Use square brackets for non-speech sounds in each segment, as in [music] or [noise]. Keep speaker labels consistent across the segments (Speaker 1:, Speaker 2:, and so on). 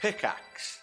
Speaker 1: Pickaxe.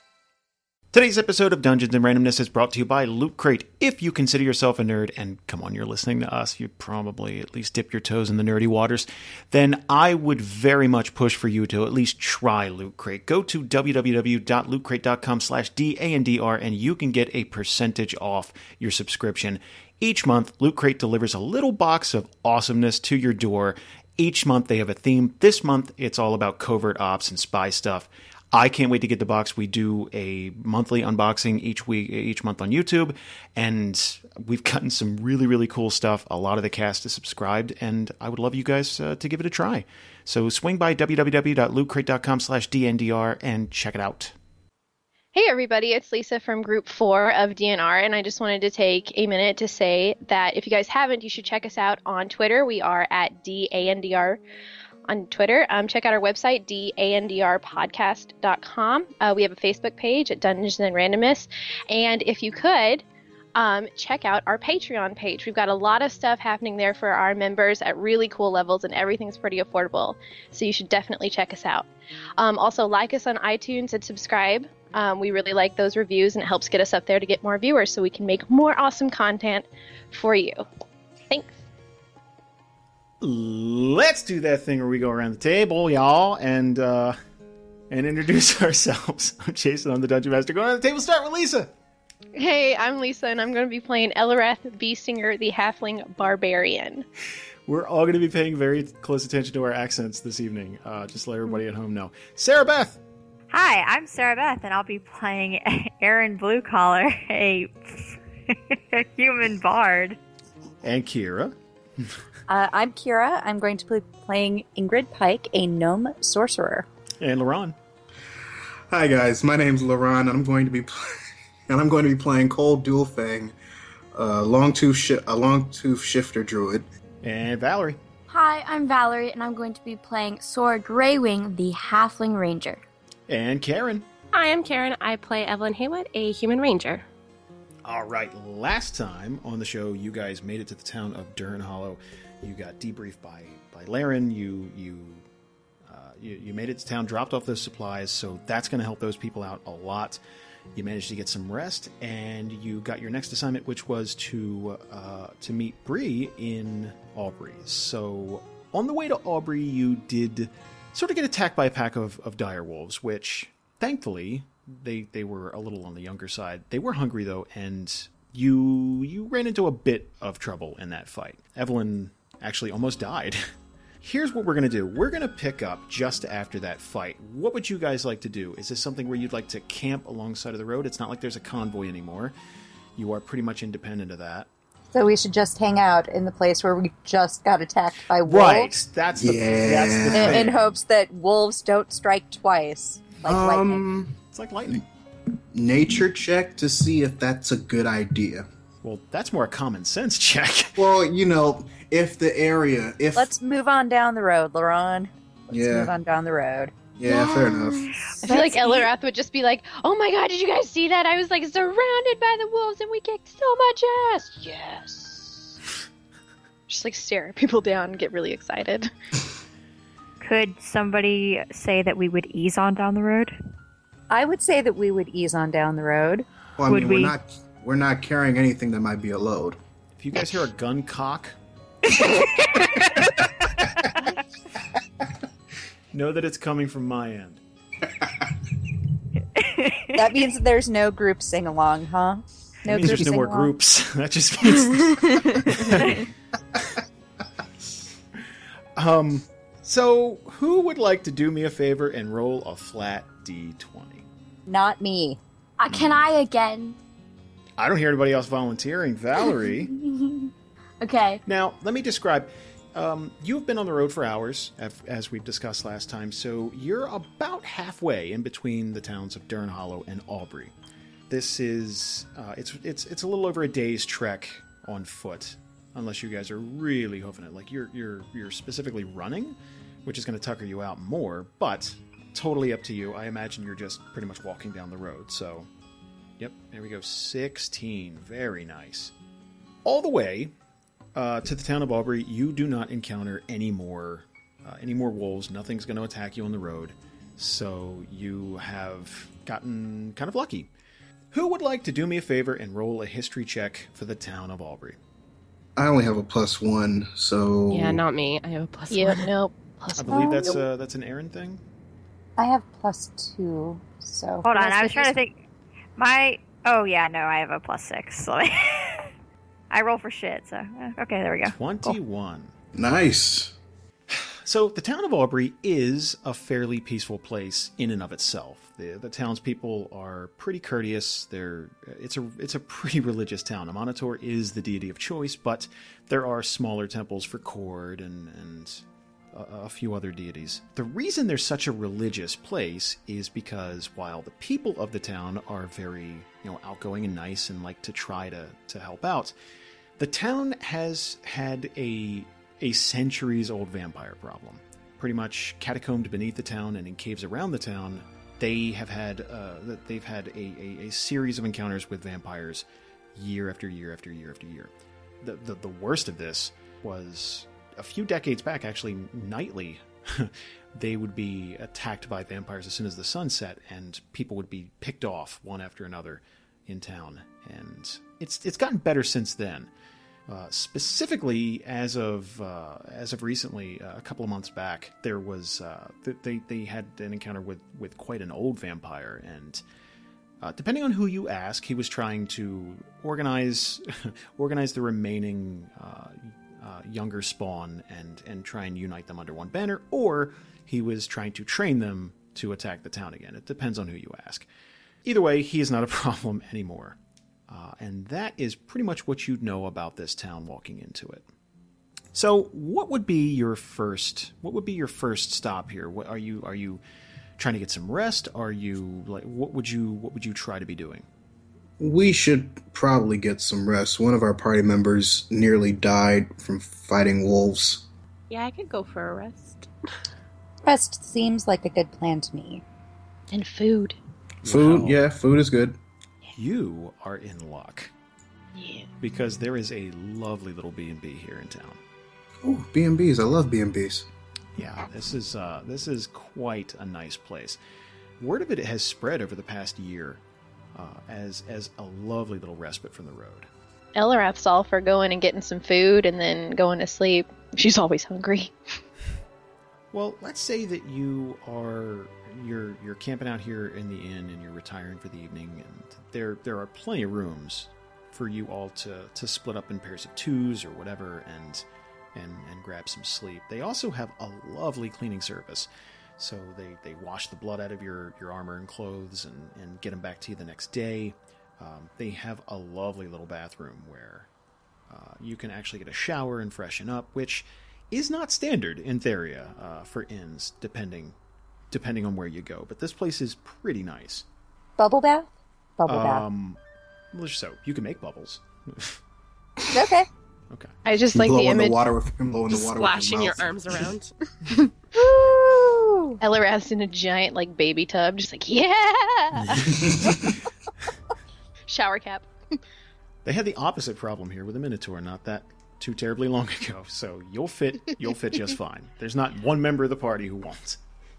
Speaker 2: Today's episode of Dungeons and Randomness is brought to you by Loot Crate. If you consider yourself a nerd, and come on, you're listening to us, you probably at least dip your toes in the nerdy waters, then I would very much push for you to at least try Loot Crate. Go to www.lootcrate.com slash D-A-N-D-R and you can get a percentage off your subscription. Each month, Loot Crate delivers a little box of awesomeness to your door. Each month they have a theme. This month it's all about covert ops and spy stuff. I can't wait to get the box. We do a monthly unboxing each week, each month on YouTube, and we've gotten some really, really cool stuff. A lot of the cast is subscribed, and I would love you guys uh, to give it a try. So swing by www.lootcrate.com/dndr and check it out.
Speaker 3: Hey everybody, it's Lisa from Group 4 of DNR, and I just wanted to take a minute to say that if you guys haven't, you should check us out on Twitter. We are at DANDR on Twitter. Um, check out our website, dandrpodcast.com. Uh, we have a Facebook page at Dungeons and Randomness, and if you could, um, check out our Patreon page. We've got a lot of stuff happening there for our members at really cool levels, and everything's pretty affordable. So you should definitely check us out. Um, also, like us on iTunes and subscribe. Um, we really like those reviews, and it helps get us up there to get more viewers so we can make more awesome content for you. Thanks.
Speaker 2: Let's do that thing where we go around the table, y'all, and uh, and introduce [laughs] ourselves. I'm Jason. I'm the Dungeon Master. Go around the table. Start with Lisa.
Speaker 3: Hey, I'm Lisa, and I'm going to be playing Elarath B. Singer, the Halfling Barbarian.
Speaker 2: We're all going to be paying very close attention to our accents this evening. Uh, just to let everybody at home know. Sarah Beth.
Speaker 4: Hi, I'm Sarah Beth, and I'll be playing [laughs] Aaron Bluecollar, a [laughs] human bard.
Speaker 2: And Kira.
Speaker 5: Uh, I'm Kira. I'm going to be playing Ingrid Pike, a gnome sorcerer.
Speaker 2: And Laron.
Speaker 6: Hi guys, my name's Laron, and I'm going to be [laughs] play- and I'm going to be playing Cold Dual Fang, uh, long tooth shi- a long tooth shifter druid.
Speaker 2: And Valerie.
Speaker 7: Hi, I'm Valerie, and I'm going to be playing Sword Greywing, the halfling ranger.
Speaker 2: And Karen.
Speaker 8: Hi, I'm Karen. I play Evelyn Haywood, a human ranger.
Speaker 2: All right, last time on the show, you guys made it to the town of Durn Hollow. You got debriefed by by Laren. You you uh, you, you made it to town, dropped off those supplies, so that's going to help those people out a lot. You managed to get some rest, and you got your next assignment, which was to uh, to meet Bree in Aubrey. So on the way to Aubrey, you did sort of get attacked by a pack of of dire wolves, which thankfully they they were a little on the younger side. They were hungry though, and you you ran into a bit of trouble in that fight. Evelyn actually almost died. [laughs] Here's what we're gonna do. We're gonna pick up just after that fight. What would you guys like to do? Is this something where you'd like to camp alongside of the road? It's not like there's a convoy anymore. You are pretty much independent of that.
Speaker 5: So we should just hang out in the place where we just got attacked by wolves
Speaker 2: Right. That's the that's the
Speaker 5: in,
Speaker 2: thing.
Speaker 5: in hopes that wolves don't strike twice. Like lightning.
Speaker 6: Um,
Speaker 2: It's like lightning.
Speaker 6: nature check to see if that's a good idea.
Speaker 2: Well, that's more a common sense check.
Speaker 6: Well, you know, if the area, if
Speaker 5: Let's move on down the road, Laron. Let's
Speaker 6: Yeah.
Speaker 5: move on down the road.
Speaker 6: yeah, fair enough.
Speaker 3: I feel like Elarath would just be like, "Oh my god, did you guys see that? I was like surrounded by the wolves and we kicked so much ass." [laughs] Yes. Just like stare people down, and get really excited.
Speaker 4: Could somebody say that we would ease on down the road?
Speaker 5: I would say that we would ease on down the road.
Speaker 6: Well, I
Speaker 4: Would
Speaker 6: mean,
Speaker 4: we-
Speaker 6: we're not we're not carrying anything that might be a load.
Speaker 2: If you guys hear a gun cock, know that it's coming from my end.
Speaker 5: That means that there's no group sing along, huh?
Speaker 2: That means there's no more
Speaker 5: sing-along?
Speaker 2: groups. [laughs] That just means. [laughs] um, so who would like to do me a favor and roll a flat d20?
Speaker 5: Not me.
Speaker 7: Uh, can I again?
Speaker 2: I don't hear anybody else volunteering. Valerie.
Speaker 7: Okay.
Speaker 2: Now, let me describe. Um, you've been on the road for hours, af- as we've discussed last time, so you're about halfway in between the towns of Dern Hollow and Aubrey. This is uh, it's it's it's a little over a day's trek on foot, unless you guys are really hoofing it. Like you're you're you're specifically running, which is going to tucker you out more. But totally up to you. I imagine you're just pretty much walking down the road. So, yep, there we go. Sixteen, very nice. All the way uh, to the town of Aubrey, you do not encounter any more uh, any more wolves. Nothing's going to attack you on the road. So you have gotten kind of lucky. Who would like to do me a favor and roll a history check for the town of Albury?
Speaker 6: I only have a plus one, so
Speaker 8: Yeah, not me. I have a plus
Speaker 3: Yeah,
Speaker 8: one.
Speaker 3: nope. Plus
Speaker 2: I believe
Speaker 5: Oh,
Speaker 2: that's
Speaker 5: no.
Speaker 2: uh, that's an Aaron thing.
Speaker 5: I have plus two, so.
Speaker 4: Hold on, I was trying to think. My oh yeah, no, I have a plus six. [laughs] So I roll for shit. So eh, okay, there we go.
Speaker 2: Twenty-one.
Speaker 6: nice.
Speaker 2: So the town of Aubrey is a fairly peaceful place in and of itself. The, the townspeople are pretty courteous. They're it's a it's a pretty [laughs] religious town. Amonator is the deity of choice, but there are smaller temples for Kord and and a, a few other deities. The reason there's such a religious place is because while the people of the town are very you know outgoing and nice and like to try to to help out, the town has had a a centuries old vampire problem. Pretty much catacombed beneath the town and in caves around the town, they have had uh, that they've had a, a, a series of encounters with vampires year after year after year after year. The, the, the worst of this was a few decades back, actually, nightly, [laughs] they would be attacked by vampires as soon as the sun set, and people would be picked off one after another in town. And it's, it's gotten better since then. Uh, specifically, as of uh, as of recently, uh, a couple of months back, there was uh, th- they they had an encounter with with quite an old vampire, and uh, depending on who you ask, he was trying to organize [laughs] organize the remaining uh, uh, younger spawn and and try and unite them under one banner, or he was trying to train them to attack the town again. It depends on who you ask. Either way, he is not a [laughs] problem anymore. Uh, and that is pretty much what you know about this town walking into it. So, what would be your first? What would be your first stop here? What, are you are you trying to get some rest? Are you like what would you what would you try to be doing?
Speaker 6: We should probably get some rest. One of our party members nearly died from fighting wolves.
Speaker 8: Yeah, I could go for a rest.
Speaker 5: Rest seems like a good plan to me.
Speaker 3: and food.
Speaker 6: Food,
Speaker 2: Wow.
Speaker 6: yeah, food is good.
Speaker 2: You are in luck
Speaker 3: Yeah.
Speaker 2: because there is a lovely little B and B here in town.
Speaker 6: Ooh, B&Bs. I love B&Bs.
Speaker 2: Yeah, this is uh, this is quite a nice place. Word of it has spread over the past year uh, as as a lovely little respite from the road.
Speaker 3: Elrath's all for going and getting some food and then going to sleep. She's always hungry.
Speaker 2: Well, let's say that you are you're you're camping out here in the inn and you're retiring for the evening, and there there are plenty of rooms for you all to to split up in pairs of twos or whatever, and and and grab some sleep. They also have a lovely cleaning service, so they they wash the blood out of your your armor and clothes and and get them back to you the next day. Um, they have a lovely little bathroom where uh, you can actually get a shower and freshen up, which is not standard in Theria uh, for inns, depending depending on where you go. But this place is pretty nice.
Speaker 5: Bubble bath? Bubble
Speaker 2: Um, well, so you can make bubbles.
Speaker 5: bath. Okay.
Speaker 2: okay.
Speaker 3: I just like the
Speaker 6: blowing
Speaker 3: image.
Speaker 6: the water with him blowing the water
Speaker 8: Splashing
Speaker 6: with
Speaker 8: your
Speaker 6: mouth.
Speaker 8: arms around.
Speaker 5: Woo!
Speaker 3: Elrath's in a giant like baby tub, just like
Speaker 6: [laughs]
Speaker 3: yeah. Shower cap.
Speaker 2: They had the opposite problem here with the Minotaur not that too terribly long [laughs] ago. So you'll fit you'll fit just fine. There's not one member of the party who won't.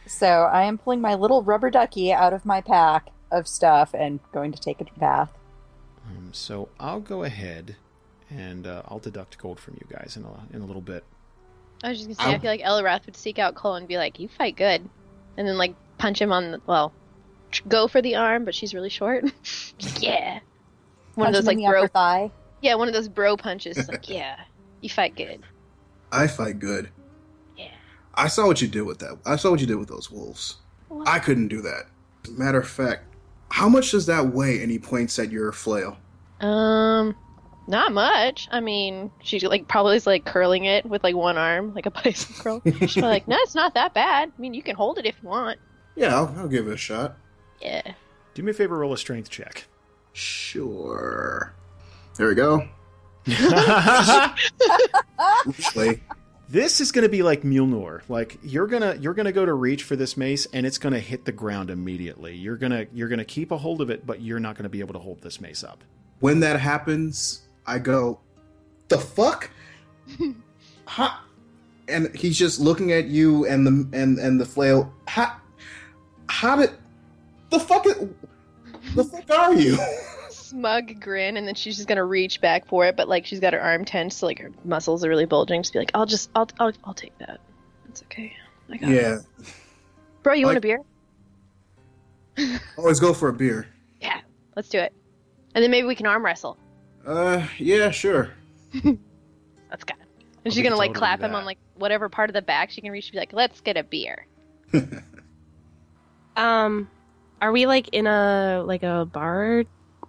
Speaker 5: So I am pulling my little rubber ducky out of my pack of stuff and going to take a bath.
Speaker 2: Um, so I'll go ahead and uh, I'll deduct gold from you guys in a, in a little bit.
Speaker 3: I was just gonna say, I, feel like Elrath would seek out Cole and be like, "You fight good," and then like punch him on the well, tr- go for the arm, but she's really short. [laughs] She's like, yeah, one
Speaker 5: Punch
Speaker 3: of those
Speaker 5: him
Speaker 3: like
Speaker 5: in the
Speaker 3: bro,
Speaker 5: upper thigh.
Speaker 3: yeah, one of those bro punches. It's like yeah, you fight good.
Speaker 6: I fight good.
Speaker 3: Yeah.
Speaker 6: I saw what you did with that. I saw what you did with those wolves. I couldn't do that. Matter of fact, how much does that weigh? And he points at your flail.
Speaker 3: Um, not much. I mean, she like probably is like curling it with like one arm, like a [laughs] bison curl. She's probably like, no, it's not that bad. I mean, you can hold it if you want.
Speaker 6: Yeah, I'll, I'll give it a shot.
Speaker 3: Yeah.
Speaker 2: Do me a favor, roll a strength check. [laughs]
Speaker 6: Sure. There
Speaker 3: [laughs]
Speaker 6: we go. Actually,
Speaker 2: this is going to be like Mjolnir. Like you're gonna you're gonna go to reach for this mace, and it's gonna hit the ground immediately. You're gonna you're gonna keep a hold of it, but you're not gonna be able to hold this mace up.
Speaker 6: when that happens, I go, "The fuck?" huh? And he's just looking at you and the and and the flail. Ha! Hobbit. The fuck? Is, the fuck are you?
Speaker 3: smug grin, and then she's just gonna reach back for it, but like she's got her arm tense, so like her muscles are really bulging. Just be like, I'll just, I'll, I'll, I'll take that. It's okay. I got it.
Speaker 6: yeah.
Speaker 3: Bro, you want a
Speaker 6: Like-
Speaker 3: beer?
Speaker 6: Always go for a beer.
Speaker 3: Let's do it. And then maybe we can arm wrestle.
Speaker 6: Uh, yeah, sure.
Speaker 3: Let's
Speaker 2: Oh,
Speaker 3: go. And
Speaker 2: we
Speaker 3: she's gonna
Speaker 2: can
Speaker 3: like
Speaker 2: totally
Speaker 3: clap
Speaker 2: do
Speaker 3: him on
Speaker 2: that.
Speaker 3: like whatever part of the back she can reach. She'll Be like, let's get a beer.
Speaker 8: Um, are we like in a like a bar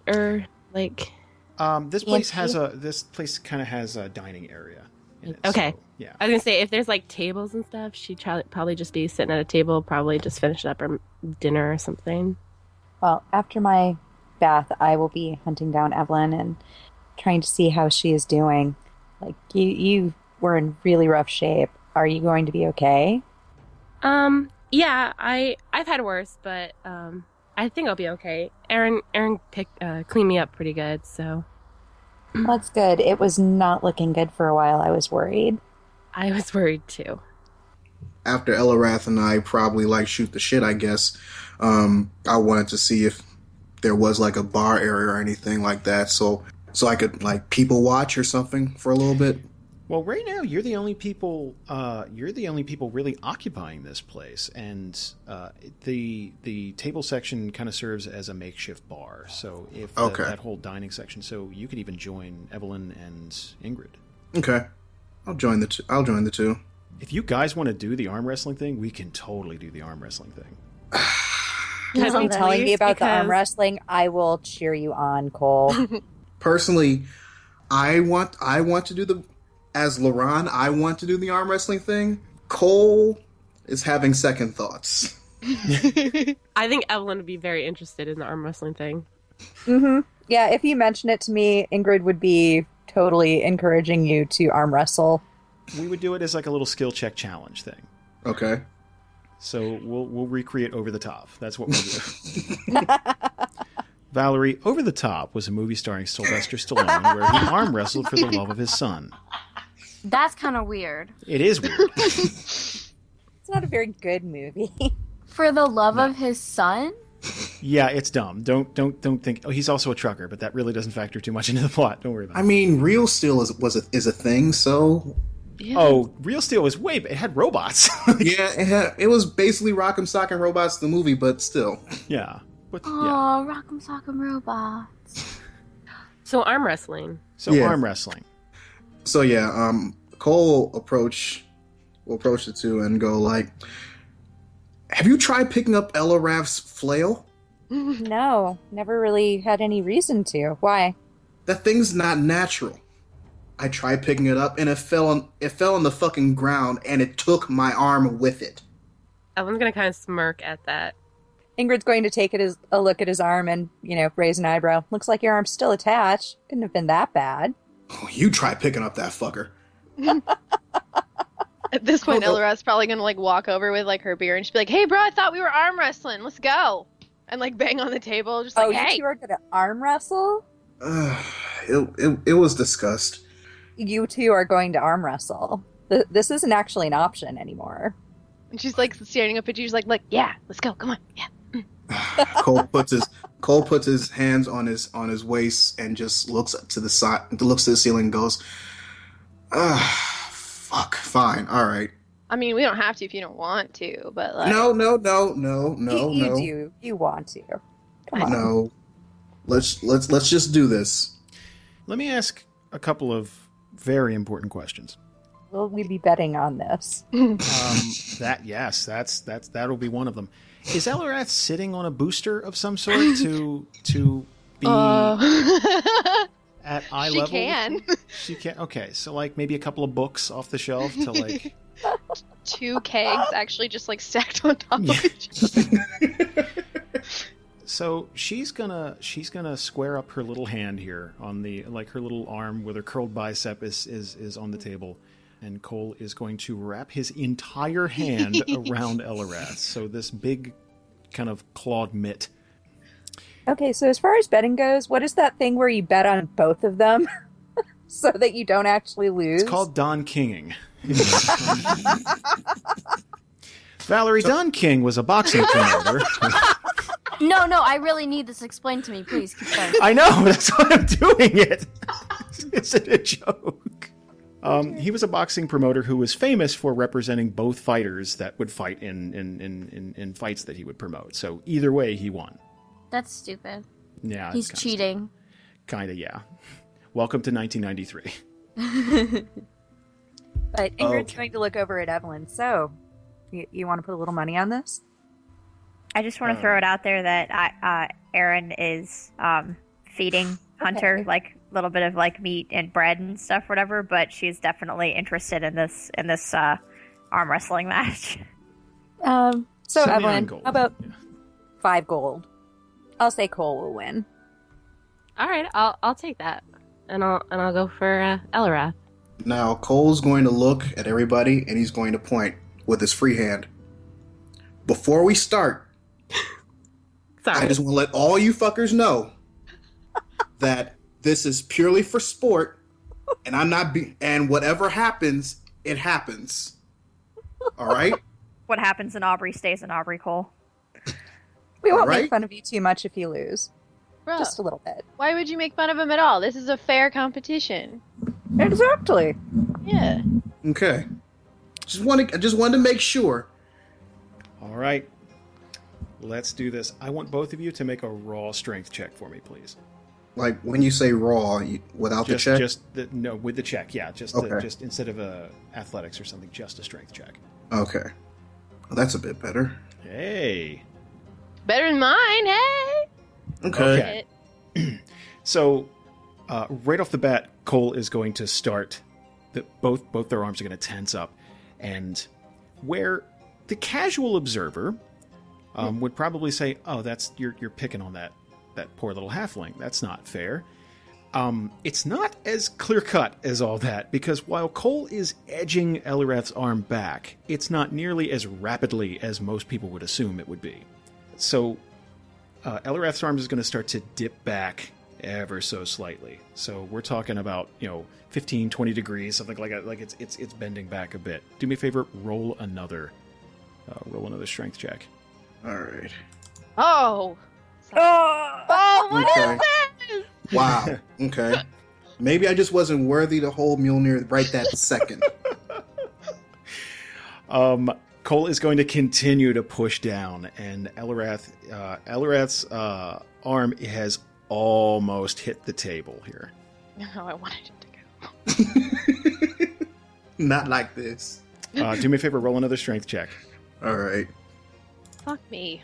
Speaker 8: or like?
Speaker 2: Um, this place has
Speaker 5: Antique?
Speaker 2: a this place kind of has a dining area. In it,
Speaker 8: Okay.
Speaker 2: so, yeah.
Speaker 8: I was gonna say if there's like tables and stuff, she'd try- probably just be sitting at a table, probably just finishing up her dinner or something.
Speaker 5: Well, after my bath, I will be hunting down Evelyn and trying to see how she is doing. Like you, you were in really rough shape. Are you going to be okay?
Speaker 8: Um, yeah, I I've had worse, but um, I think I'll be okay. Aaron Aaron picked uh, cleaned me up pretty good, so
Speaker 5: That's good. It was not looking good for a while. I was worried.
Speaker 8: I was [laughs] worried too.
Speaker 6: After Elarath and I probably like shoot the shit, I guess. Um, I wanted to see if there was like a bar area or anything like that, so so I could like people watch or something for a little bit.
Speaker 2: Well, right now you're the only people. Uh, you're the only people really occupying this place, and uh, the the table section kind of serves as a makeshift bar. So if the-
Speaker 6: Okay.
Speaker 2: that whole dining section, so you could even join Evelyn and Ingrid.
Speaker 6: Okay, I'll join the two. I'll join the two.
Speaker 2: If you guys want to do the arm wrestling thing, we can totally do the arm wrestling thing.
Speaker 5: Keep
Speaker 8: Please,
Speaker 5: telling me about the
Speaker 8: because-
Speaker 5: arm wrestling. I will cheer you on, Cole.
Speaker 6: personally, I want I want to do the as Laron. I want to do the arm wrestling thing. Cole is having second thoughts.
Speaker 8: I think Evelyn would be very interested in the arm wrestling thing.
Speaker 5: hmm Yeah, if you mention it to me, Ingrid would be totally encouraging you to arm wrestle.
Speaker 2: We would do it as like a little skill check challenge thing.
Speaker 6: Okay.
Speaker 2: So we'll we'll recreate over the top. That's what we'll do. Valerie, Over the Top was a movie starring Sylvester Stallone where he arm wrestled for the love of his son.
Speaker 7: That's kind of weird.
Speaker 2: It is weird.
Speaker 5: It's not a very good movie. [laughs]
Speaker 7: For the love of his son?
Speaker 2: Yeah, it's dumb. Don't don't don't think. Oh, he's also a trucker, but that really doesn't factor too much into the plot. Don't worry about
Speaker 6: I
Speaker 2: it.
Speaker 6: mean, real steel is was a, is a thing. So
Speaker 2: Oh, Real Steel was way. It had robots. [laughs]
Speaker 6: yeah, it, had, it was basically Rock'em Sock'em Robots the movie, but still,
Speaker 2: yeah, but
Speaker 7: Oh,
Speaker 2: yeah.
Speaker 7: Rock'em Sock'em Robots.
Speaker 8: So arm wrestling.
Speaker 2: So
Speaker 6: Yeah.
Speaker 2: arm wrestling.
Speaker 6: so yeah. Um, Cole approach will approach the two and go like, "Have you tried picking up Ella Raff's flail?
Speaker 5: no, never really had any reason to. Why?
Speaker 6: That thing's not natural. I tried picking it up and it fell on it fell on the fucking ground and it took my arm with it.
Speaker 8: Evelyn's gonna kind of smirk at that.
Speaker 5: Ingrid's going to take it as a look at his arm and, you know, raise an eyebrow. Looks like your arm's still attached. Couldn't have been that bad.
Speaker 6: Oh, you try picking up that fucker.
Speaker 3: At this point,
Speaker 6: Hold
Speaker 3: Elra's probably gonna like walk over with like her beer and she'd be like, "Hey, bro, I thought we were arm wrestling. Let's go!" And like bang on the table, just like,
Speaker 5: oh,
Speaker 3: "Hey,
Speaker 5: you two are going to arm wrestle?
Speaker 6: Ugh, [sighs] it, it it was disgust. [sighs]
Speaker 5: You two are going to arm wrestle. Th- this isn't actually an option anymore.
Speaker 3: And she's like standing up at you. She's like, like, yeah, let's go. Come on. Yeah.
Speaker 6: Cole puts his Cole puts his hands on his on his waist and just looks to the side, looks to the ceiling, and goes, [sighs] "Ah, fuck, fine, all right."
Speaker 3: I mean, we don't have to if you don't want to, but like,
Speaker 6: No, no, no, no, no,
Speaker 5: you, you
Speaker 6: no,
Speaker 5: do. You want to. Come on.
Speaker 6: no. Let's let's let's just do this.
Speaker 2: Let me ask a couple of very important questions.
Speaker 5: Will we be betting on this?
Speaker 2: Um, that yes, that's that's that'll be one of them. Is Elrath sitting on a booster of some sort to to be
Speaker 3: [laughs] uh,
Speaker 2: at eye
Speaker 3: she
Speaker 2: level?
Speaker 3: can.
Speaker 2: She can. Okay, so like maybe a couple of books off the shelf to like.
Speaker 3: Two kegs actually just like stacked on top
Speaker 2: Yeah.
Speaker 3: of each
Speaker 5: [laughs]
Speaker 3: other.
Speaker 2: so she's gonna she's gonna square up her little hand here on the like her little arm with her curled bicep is is is on the table. And Cole is going to wrap his entire hand around Elrath. So this big kind of clawed mitt.
Speaker 5: Okay, so as far as betting goes, what is that thing where you bet on both of them [laughs] so that you don't actually lose?
Speaker 2: It's called Don Kinging. Valerie Dunking was a boxing promoter.
Speaker 7: No, no, I really need this explained to me. Please keep going.
Speaker 2: [laughs] I know. That's why I'm doing it. [laughs] Is it a joke? Um, he was a boxing promoter who was famous for representing both fighters that would fight in, in, in, in, in fights that he would promote. So either way, he won.
Speaker 7: That's stupid.
Speaker 2: Yeah,
Speaker 7: He's cheating.
Speaker 2: Kind of, yeah. Welcome to 1993.
Speaker 5: But Ingrid's
Speaker 2: Okay.
Speaker 5: going to look over at Evelyn. So, you, you want to put a little money on this?
Speaker 4: I just want to throw it out there that I, uh, Aaron is um, feeding Hunter like a little bit of like meat and bread and stuff, whatever. But she's definitely interested in this in this uh, arm wrestling [laughs] match.
Speaker 5: Um, so,
Speaker 2: Send me on
Speaker 5: Evelyn, how
Speaker 2: gold.
Speaker 5: about
Speaker 2: Yeah.
Speaker 5: five gold? I'll say Cole will win.
Speaker 8: All right, I'll I'll take that, and I'll and I'll go for uh, Elrath.
Speaker 6: Now Cole's going to look at everybody and he's going to point with his free hand. Before we start, I
Speaker 8: Sorry.
Speaker 6: just want to let all you fuckers know that this is purely for sport, and I'm not. Be- and whatever happens, it happens. All right.
Speaker 4: What happens in Aubrey stays in Aubrey Cole.
Speaker 5: We won't
Speaker 6: Alright.
Speaker 5: make fun of you too much if you lose.
Speaker 3: Bro,
Speaker 5: Just a little bit.
Speaker 3: why would you make fun of him at all? This is a fair competition.
Speaker 5: Exactly.
Speaker 3: Yeah.
Speaker 6: Okay. Just wanted. I just wanted to make sure.
Speaker 2: All right. Let's do this. I want both of you to make a raw strength check for me, please.
Speaker 6: Like when you say raw, you, without
Speaker 2: Just,
Speaker 6: the check.
Speaker 2: just the, no, with the check, yeah. Just, the,
Speaker 6: Okay.
Speaker 2: just instead of a athletics or something, just a strength check.
Speaker 6: Okay. Well, that's a bit better.
Speaker 2: Hey.
Speaker 3: Better than mine, hey!
Speaker 2: Okay. [clears throat] So, uh, right off the bat, Cole is going to start. The, both both their arms are going to tense up, and where the casual observer um, would probably say, "Oh, that's you're you're picking on that that poor little halfling. That's not fair." Um, it's not as clear cut as all that because while Cole is edging Elrath's arm back, it's not nearly as rapidly as most people would assume it would be. So uh, Elrath's arms is going to start to dip back ever so slightly. So we're talking about you know 15, 20 degrees, something like that. Like it's it's it's bending back a bit. Do me a favor, roll another, uh, roll another strength check.
Speaker 6: All right.
Speaker 3: Oh!
Speaker 4: Oh,
Speaker 3: Oh, what is
Speaker 6: Okay.
Speaker 3: this?
Speaker 6: Wow. okay. Maybe I just wasn't worthy to hold Mjolnir right that second. [laughs]
Speaker 2: Um, Cole is going to continue to push down, and Elrath, uh, Elrath's uh, arm has almost hit the table here.
Speaker 3: [laughs] No, I wanted it to go.
Speaker 6: Not like this.
Speaker 2: Uh, do me a favor, roll another strength check.
Speaker 6: All right.
Speaker 3: Fuck me.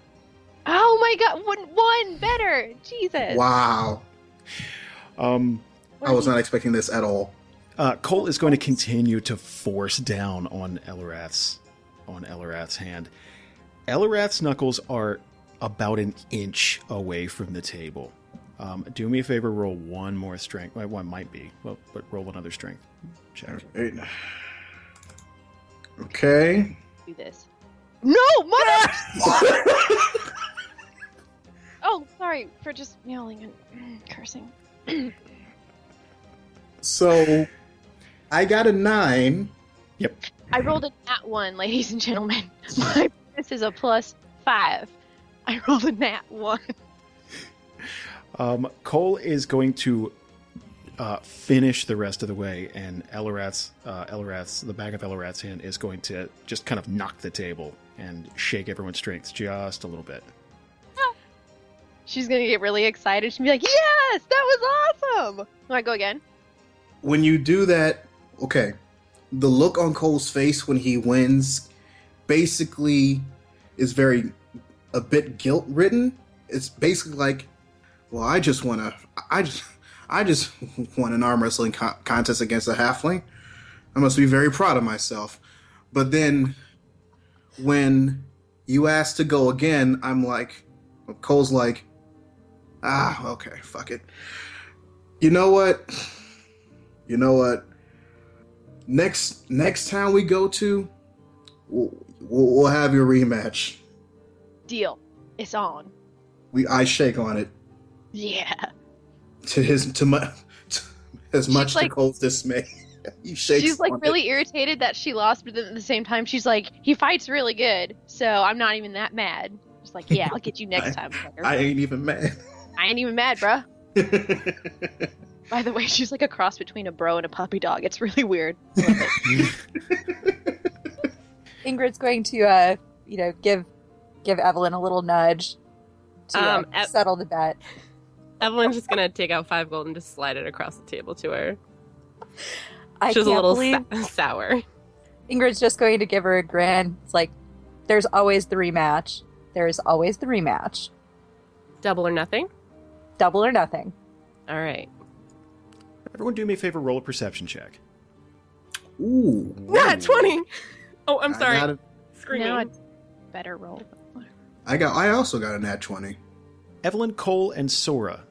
Speaker 3: Oh my god, one, one better! Jesus!
Speaker 6: Wow.
Speaker 2: Um,
Speaker 3: What
Speaker 6: I
Speaker 3: are
Speaker 6: was
Speaker 3: these-
Speaker 6: not expecting this at all.
Speaker 2: Uh, Cole is going to continue to force down on Elrath's on Elrath's hand. Elrath's knuckles are about an inch away from the table. Um, do me a favor, roll one more strength. Well, one might be, well, but roll another strength check.
Speaker 6: Alright. Okay. [laughs]
Speaker 3: do this. Ah! No, mother! oh, sorry for just yelling and cursing.
Speaker 6: So I got a nine.
Speaker 3: I rolled a nat one, ladies and gentlemen. [laughs] My bonus is a plus five. I rolled a nat one. [laughs]
Speaker 2: Um, Cole is going to uh, finish the rest of the way, and Elrath's uh, Elrath's the back of Elrath's hand is going to just kind of knock the table and shake everyone's strength just a little bit.
Speaker 3: She's gonna get really excited. She'll be like, "Yes, that was awesome!" Do I go again?
Speaker 6: When you do that, okay. The look on Cole's face when he wins basically is very a bit guilt ridden. It's basically like, well, I just want to, I just, I just [laughs] won an arm wrestling co- contest against a halfling. I must be very proud of myself. But then, when you ask to go again, I'm like, Cole's like, ah, okay, fuck it. You know what? You know what? Next next town we go to, we'll, we'll, we'll have your rematch.
Speaker 3: Deal. It's on.
Speaker 6: We I shake on it
Speaker 3: Yeah.
Speaker 6: to his to, mu- [laughs] to as much
Speaker 3: like-
Speaker 6: to Cole's dismay. [laughs] you shake.
Speaker 3: she's like
Speaker 6: someone.
Speaker 3: really irritated that she lost, but then at the same time, she's like, he fights really good, so I'm not even that mad. Just like, yeah, I'll get you next time. fucker."
Speaker 6: I ain't even mad. [laughs]
Speaker 3: I ain't even mad, bruh. By the way, [laughs] she's like a cross between a bro and a puppy dog. It's really weird.
Speaker 5: Ingrid's going to, uh, you know, give give Evelyn a little nudge to uh,
Speaker 8: Um, Ev-
Speaker 5: settle the bet.
Speaker 8: [laughs] Evelyn's just gonna take out five gold and just slide it across the table to her.
Speaker 5: I
Speaker 8: She was a
Speaker 5: can't
Speaker 8: little
Speaker 5: believe
Speaker 8: sa- [laughs] sour.
Speaker 5: Ingrid's just going to give her a grin. It's like, there's always the rematch. There's always the rematch.
Speaker 8: Double or nothing.
Speaker 5: Double or nothing.
Speaker 8: All right.
Speaker 2: Everyone, do me a favor. Roll a perception check.
Speaker 6: Ooh.
Speaker 8: Not twenty. Oh, I'm
Speaker 6: I
Speaker 8: sorry.
Speaker 6: got a-
Speaker 8: Screaming.
Speaker 3: Now it's [laughs] better roll.
Speaker 6: I got. I also got a nat twenty.
Speaker 2: Evelyn, Cole, and Sora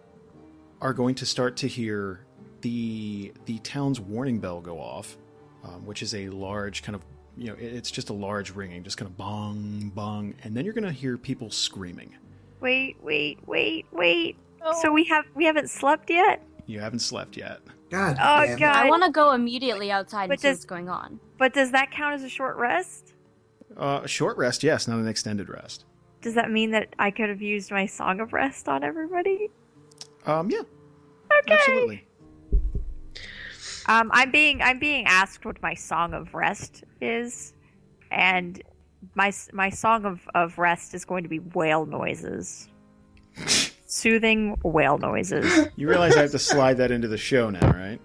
Speaker 2: are going to start to hear the the town's warning bell go off, um, which is a large kind of you know it- it's just a large ringing, just kind of bong bong, and then you're going to hear people screaming.
Speaker 4: Wait, wait, wait, wait.
Speaker 3: Oh.
Speaker 4: So we have we haven't slept yet,
Speaker 2: You haven't slept yet.
Speaker 6: God.
Speaker 4: Oh,
Speaker 6: damn it.
Speaker 4: God.
Speaker 7: Um, I want to go immediately outside
Speaker 4: But
Speaker 7: and see
Speaker 4: does-
Speaker 7: what's going on.
Speaker 4: but does that count as a short rest?
Speaker 2: Uh, a short rest, yes, not an extended rest.
Speaker 4: Does that mean that I could have used my song of rest on everybody?
Speaker 2: Um, yeah. Okay. Absolutely.
Speaker 4: Um, I'm being I'm being asked what my song of rest is, and my s- my song of, of rest is going to be whale noises, soothing whale
Speaker 6: [laughs]
Speaker 4: noises.
Speaker 2: You realize I have to slide that into the show now, right?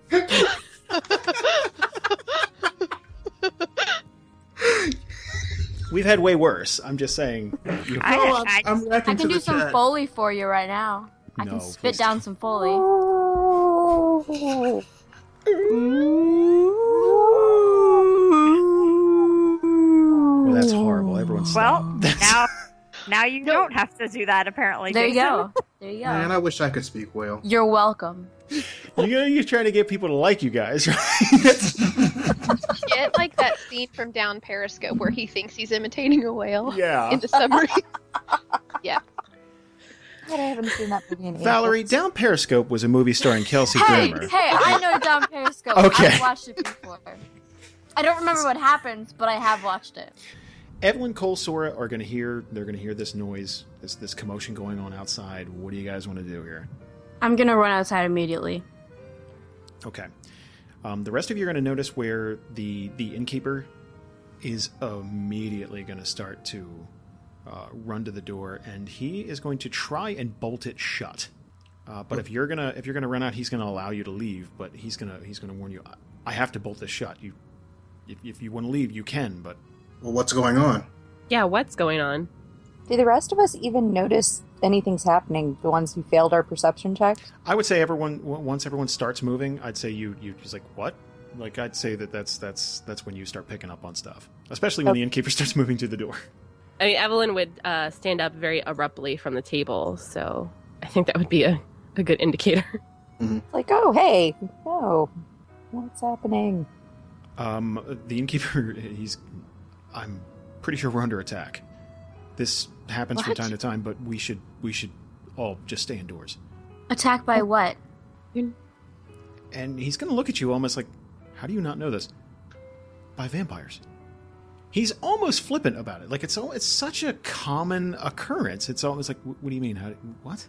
Speaker 2: We've had way worse. I'm just saying. you-
Speaker 4: I,
Speaker 6: No, Oh, I'm,
Speaker 4: I-
Speaker 6: I, am
Speaker 7: I
Speaker 6: laughing
Speaker 7: can
Speaker 6: to
Speaker 7: do
Speaker 6: the
Speaker 7: some
Speaker 6: chat.
Speaker 7: foley for you right now. I
Speaker 2: No,
Speaker 7: can
Speaker 2: please
Speaker 7: spit down some foley.
Speaker 5: Oh.
Speaker 2: Well, that's horrible. Everyone
Speaker 4: well,
Speaker 6: [laughs]
Speaker 2: stop.
Speaker 4: now now you don't have to do that apparently.
Speaker 7: There you
Speaker 4: Jason.
Speaker 7: go. There you
Speaker 6: Man,
Speaker 7: go.
Speaker 6: I wish I could speak whale.
Speaker 7: You're welcome.
Speaker 2: you know, you're trying to get people to like you guys, [laughs] right?
Speaker 3: Get like that scene from down Periscope where he thinks he's imitating a whale
Speaker 2: yeah.
Speaker 3: in the submarine.
Speaker 5: God, I haven't seen that movie in ages.
Speaker 2: Valerie, Down Periscope was a movie starring Kelsey
Speaker 7: Hey,
Speaker 2: Grammer.
Speaker 7: hey, I know Don Periscope.
Speaker 2: Okay.
Speaker 7: I've watched it before. I don't remember what happens, but I have watched it.
Speaker 2: Evelyn Cole Sora are going to hear. They're going to hear this noise, this this commotion going on outside. What do you guys want to do here?
Speaker 7: I'm gonna run outside immediately.
Speaker 2: Okay. Um, the rest of you are going to notice where the the innkeeper is immediately going to start to uh, run to the door, and he is going to try and bolt it shut. Uh, but if you're gonna if you're gonna run out, he's gonna allow you to leave. But he's gonna he's gonna warn you. "I- I have to bolt this shut. You, if, if you want to leave, you can. But
Speaker 6: Well, what's going on?
Speaker 8: Yeah. What's going on?
Speaker 5: Do the rest of us even notice anything's happening? The ones who failed our perception check?
Speaker 2: I would say everyone w- once everyone starts moving, I'd say you you just like what? Like I'd say that that's that's that's when you start picking up on stuff, especially when the innkeeper [laughs] starts moving to the door.
Speaker 8: I mean, Evelyn would uh, stand up very abruptly from the table, so I think that would be a, a good indicator. [laughs]
Speaker 5: It's like, oh, hey, no. What's happening?
Speaker 2: Um, the innkeeper, [laughs] he's. I'm pretty sure we're under attack. This happens from
Speaker 3: What?
Speaker 2: time to time, but we should we should all just stay indoors.
Speaker 7: Attack by what?
Speaker 2: And he's going to look at you almost like, how do you not know this? By vampires. He's almost flippant about it. Like it's all, it's such a common occurrence. It's almost like, "Wh- what do you mean? How? do- What?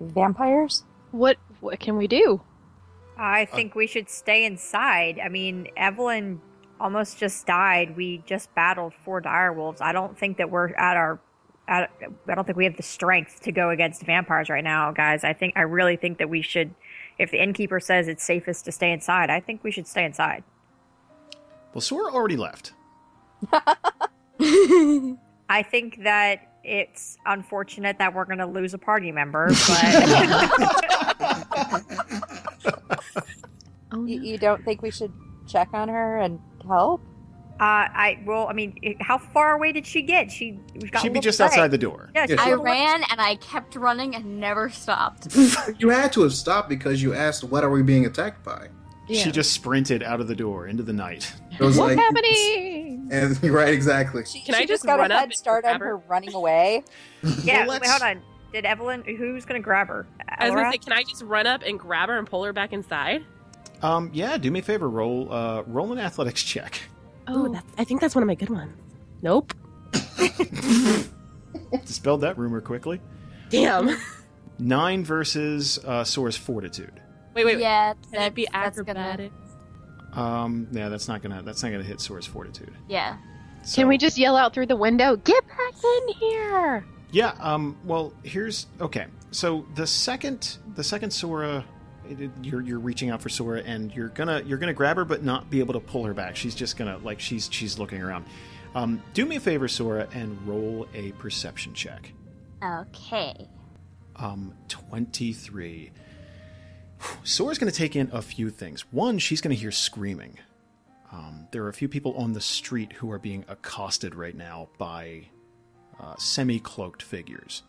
Speaker 5: Vampires?
Speaker 3: [laughs] What what can we do?
Speaker 4: I
Speaker 2: Uh,
Speaker 4: think we should stay inside. I mean, Evelyn almost just died. We just battled four dire wolves. I don't think that we're at our. At, I don't think we have the strength to go against vampires right now, guys. I think I really think that we should. If the innkeeper says it's safest to stay inside, I think we should stay inside.
Speaker 2: Well, Sora already left.
Speaker 4: I think that it's unfortunate that we're going to lose a
Speaker 2: [laughs]
Speaker 4: party member, but uh,
Speaker 3: Oh,
Speaker 5: You,
Speaker 3: no.
Speaker 5: you don't think we should check on her and help?
Speaker 4: uh, I well, I mean, how far away did she get? She we've got a
Speaker 2: She'd be
Speaker 4: little
Speaker 2: just
Speaker 4: bit.
Speaker 2: outside the door.
Speaker 4: Yeah, she's
Speaker 7: I
Speaker 4: a little-
Speaker 7: ran and I kept running and never stopped.
Speaker 6: you had to have stopped because you asked, "What are we being attacked by?"
Speaker 2: She just sprinted out of the door into the night.
Speaker 6: It was
Speaker 3: What's
Speaker 6: like,
Speaker 3: happening?
Speaker 6: and [laughs] right, exactly.
Speaker 5: She,
Speaker 8: Can
Speaker 5: she
Speaker 8: I
Speaker 5: just
Speaker 8: just
Speaker 5: got
Speaker 8: run
Speaker 5: a
Speaker 8: up
Speaker 5: head
Speaker 8: and
Speaker 5: start on
Speaker 8: grab her?
Speaker 5: her running away.
Speaker 4: Yeah,
Speaker 2: Well,
Speaker 4: wait,
Speaker 2: let's-
Speaker 4: hold on. Did Evelyn? Who's gonna grab her?
Speaker 8: I was
Speaker 4: Elra?
Speaker 8: gonna say, can I just run up and grab her and pull her back inside?
Speaker 2: Um, yeah, do me a favor. Roll, uh, roll an athletics [laughs] check.
Speaker 8: Oh, that's, I think that's one of my good ones. Nope.
Speaker 2: Dispelled that rumor quickly.
Speaker 8: Damn. [laughs]
Speaker 2: Nine versus uh, Sora's fortitude.
Speaker 8: Wait, wait. wait.
Speaker 7: yeah,
Speaker 8: Can it be
Speaker 7: that's- that's gonna-
Speaker 8: acrobatics?
Speaker 2: Um, yeah, that's not gonna that's not gonna hit Sora's fortitude.
Speaker 7: yeah.
Speaker 2: So-
Speaker 3: Can we just yell out through the window, get back in here?
Speaker 2: Yeah. Um. Well, here's okay. So the second, the second Sora, it- it- you're you're reaching out for Sora, and you're gonna you're gonna grab her, but not be able to pull her back. She's just gonna like she's she's looking around. Um. Do me a favor, Sora, and roll a perception check.
Speaker 7: Okay.
Speaker 2: Um. Twenty three. Sora's gonna take in a few things. One, she's gonna hear screaming. Um, there are a few people on the street who are being accosted right now by uh, semi-cloaked figures.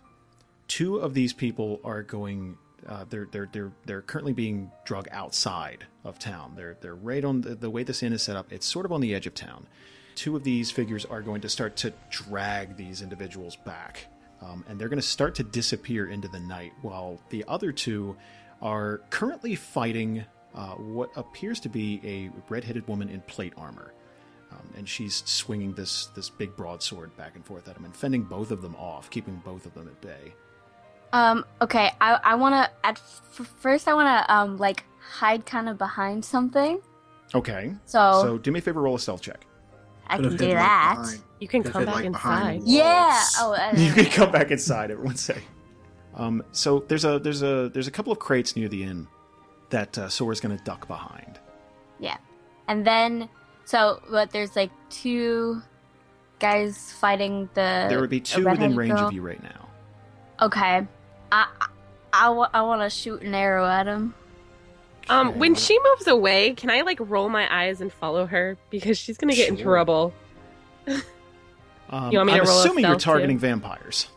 Speaker 2: Two of these people are going. Uh, they're they're they're they're currently being drug outside of town. They're they're right on the, the way this inn is set up. It's sort of on the edge of town. Two of these figures are going to start to drag these individuals back, um, and they're going to start to disappear into the night. While the other two are currently fighting uh, what appears to be a red-headed woman in plate armor um, and she's swinging this this big broadsword back and forth at him and fending both of them off, keeping both of them at bay.
Speaker 7: Um, okay, I, I wanna, at f- first I wanna, um, like, hide kind of behind something.
Speaker 2: Okay,
Speaker 8: Oh.
Speaker 7: So,
Speaker 2: so do me a favor, roll a stealth
Speaker 8: [laughs]
Speaker 2: check.
Speaker 7: I
Speaker 6: Could
Speaker 7: can
Speaker 6: have
Speaker 7: do
Speaker 6: hid, like,
Speaker 7: that.
Speaker 6: behind-
Speaker 8: You can
Speaker 6: could have
Speaker 8: come
Speaker 6: hid,
Speaker 8: back
Speaker 6: like,
Speaker 8: inside.
Speaker 6: behind walls.
Speaker 7: yeah! Oh, I-
Speaker 2: You can come back inside. Everyone say. Um, so there's a there's a there's a couple of crates near the inn that uh, Sora's going to duck behind.
Speaker 7: And then, so, but there's like two guys fighting the.
Speaker 8: Uh,
Speaker 2: there would be
Speaker 7: a
Speaker 2: two within
Speaker 7: redheaded
Speaker 2: range
Speaker 7: girl.
Speaker 2: of you right now.
Speaker 7: Okay. I, I, I, wa- I want to shoot an arrow at him.
Speaker 8: Um, when she moves away, can I like roll my eyes and follow her because she's gonna get in
Speaker 2: Sure.
Speaker 8: trouble?
Speaker 2: Um,
Speaker 8: You want me
Speaker 2: I'm
Speaker 8: to roll a
Speaker 2: assuming you're
Speaker 8: stealth, too?
Speaker 2: targeting vampires.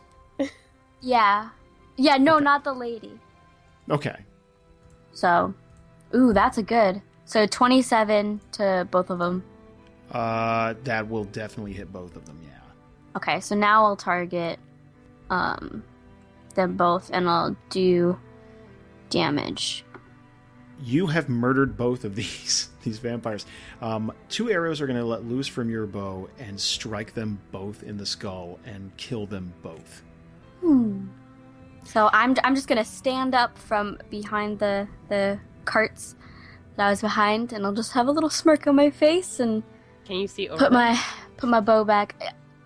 Speaker 7: Yeah. Yeah, no,
Speaker 2: Okay.
Speaker 7: not the lady.
Speaker 2: Okay,
Speaker 7: So, ooh, that's a good. So 27 to both of them.
Speaker 2: uh, that will definitely hit both of them. Yeah.
Speaker 7: Okay, so now I'll target um them both and I'll do damage.
Speaker 2: you have murdered both of [laughs] these these vampires. Um, two arrows are going to let loose from your bow and strike them both in the skull and kill them both.
Speaker 7: Hmm. So I'm I'm just gonna stand up from behind the the carts that I was behind, and I'll just have a little smirk on my face and
Speaker 8: Can you see over?
Speaker 7: put
Speaker 8: them?
Speaker 7: my put my bow back.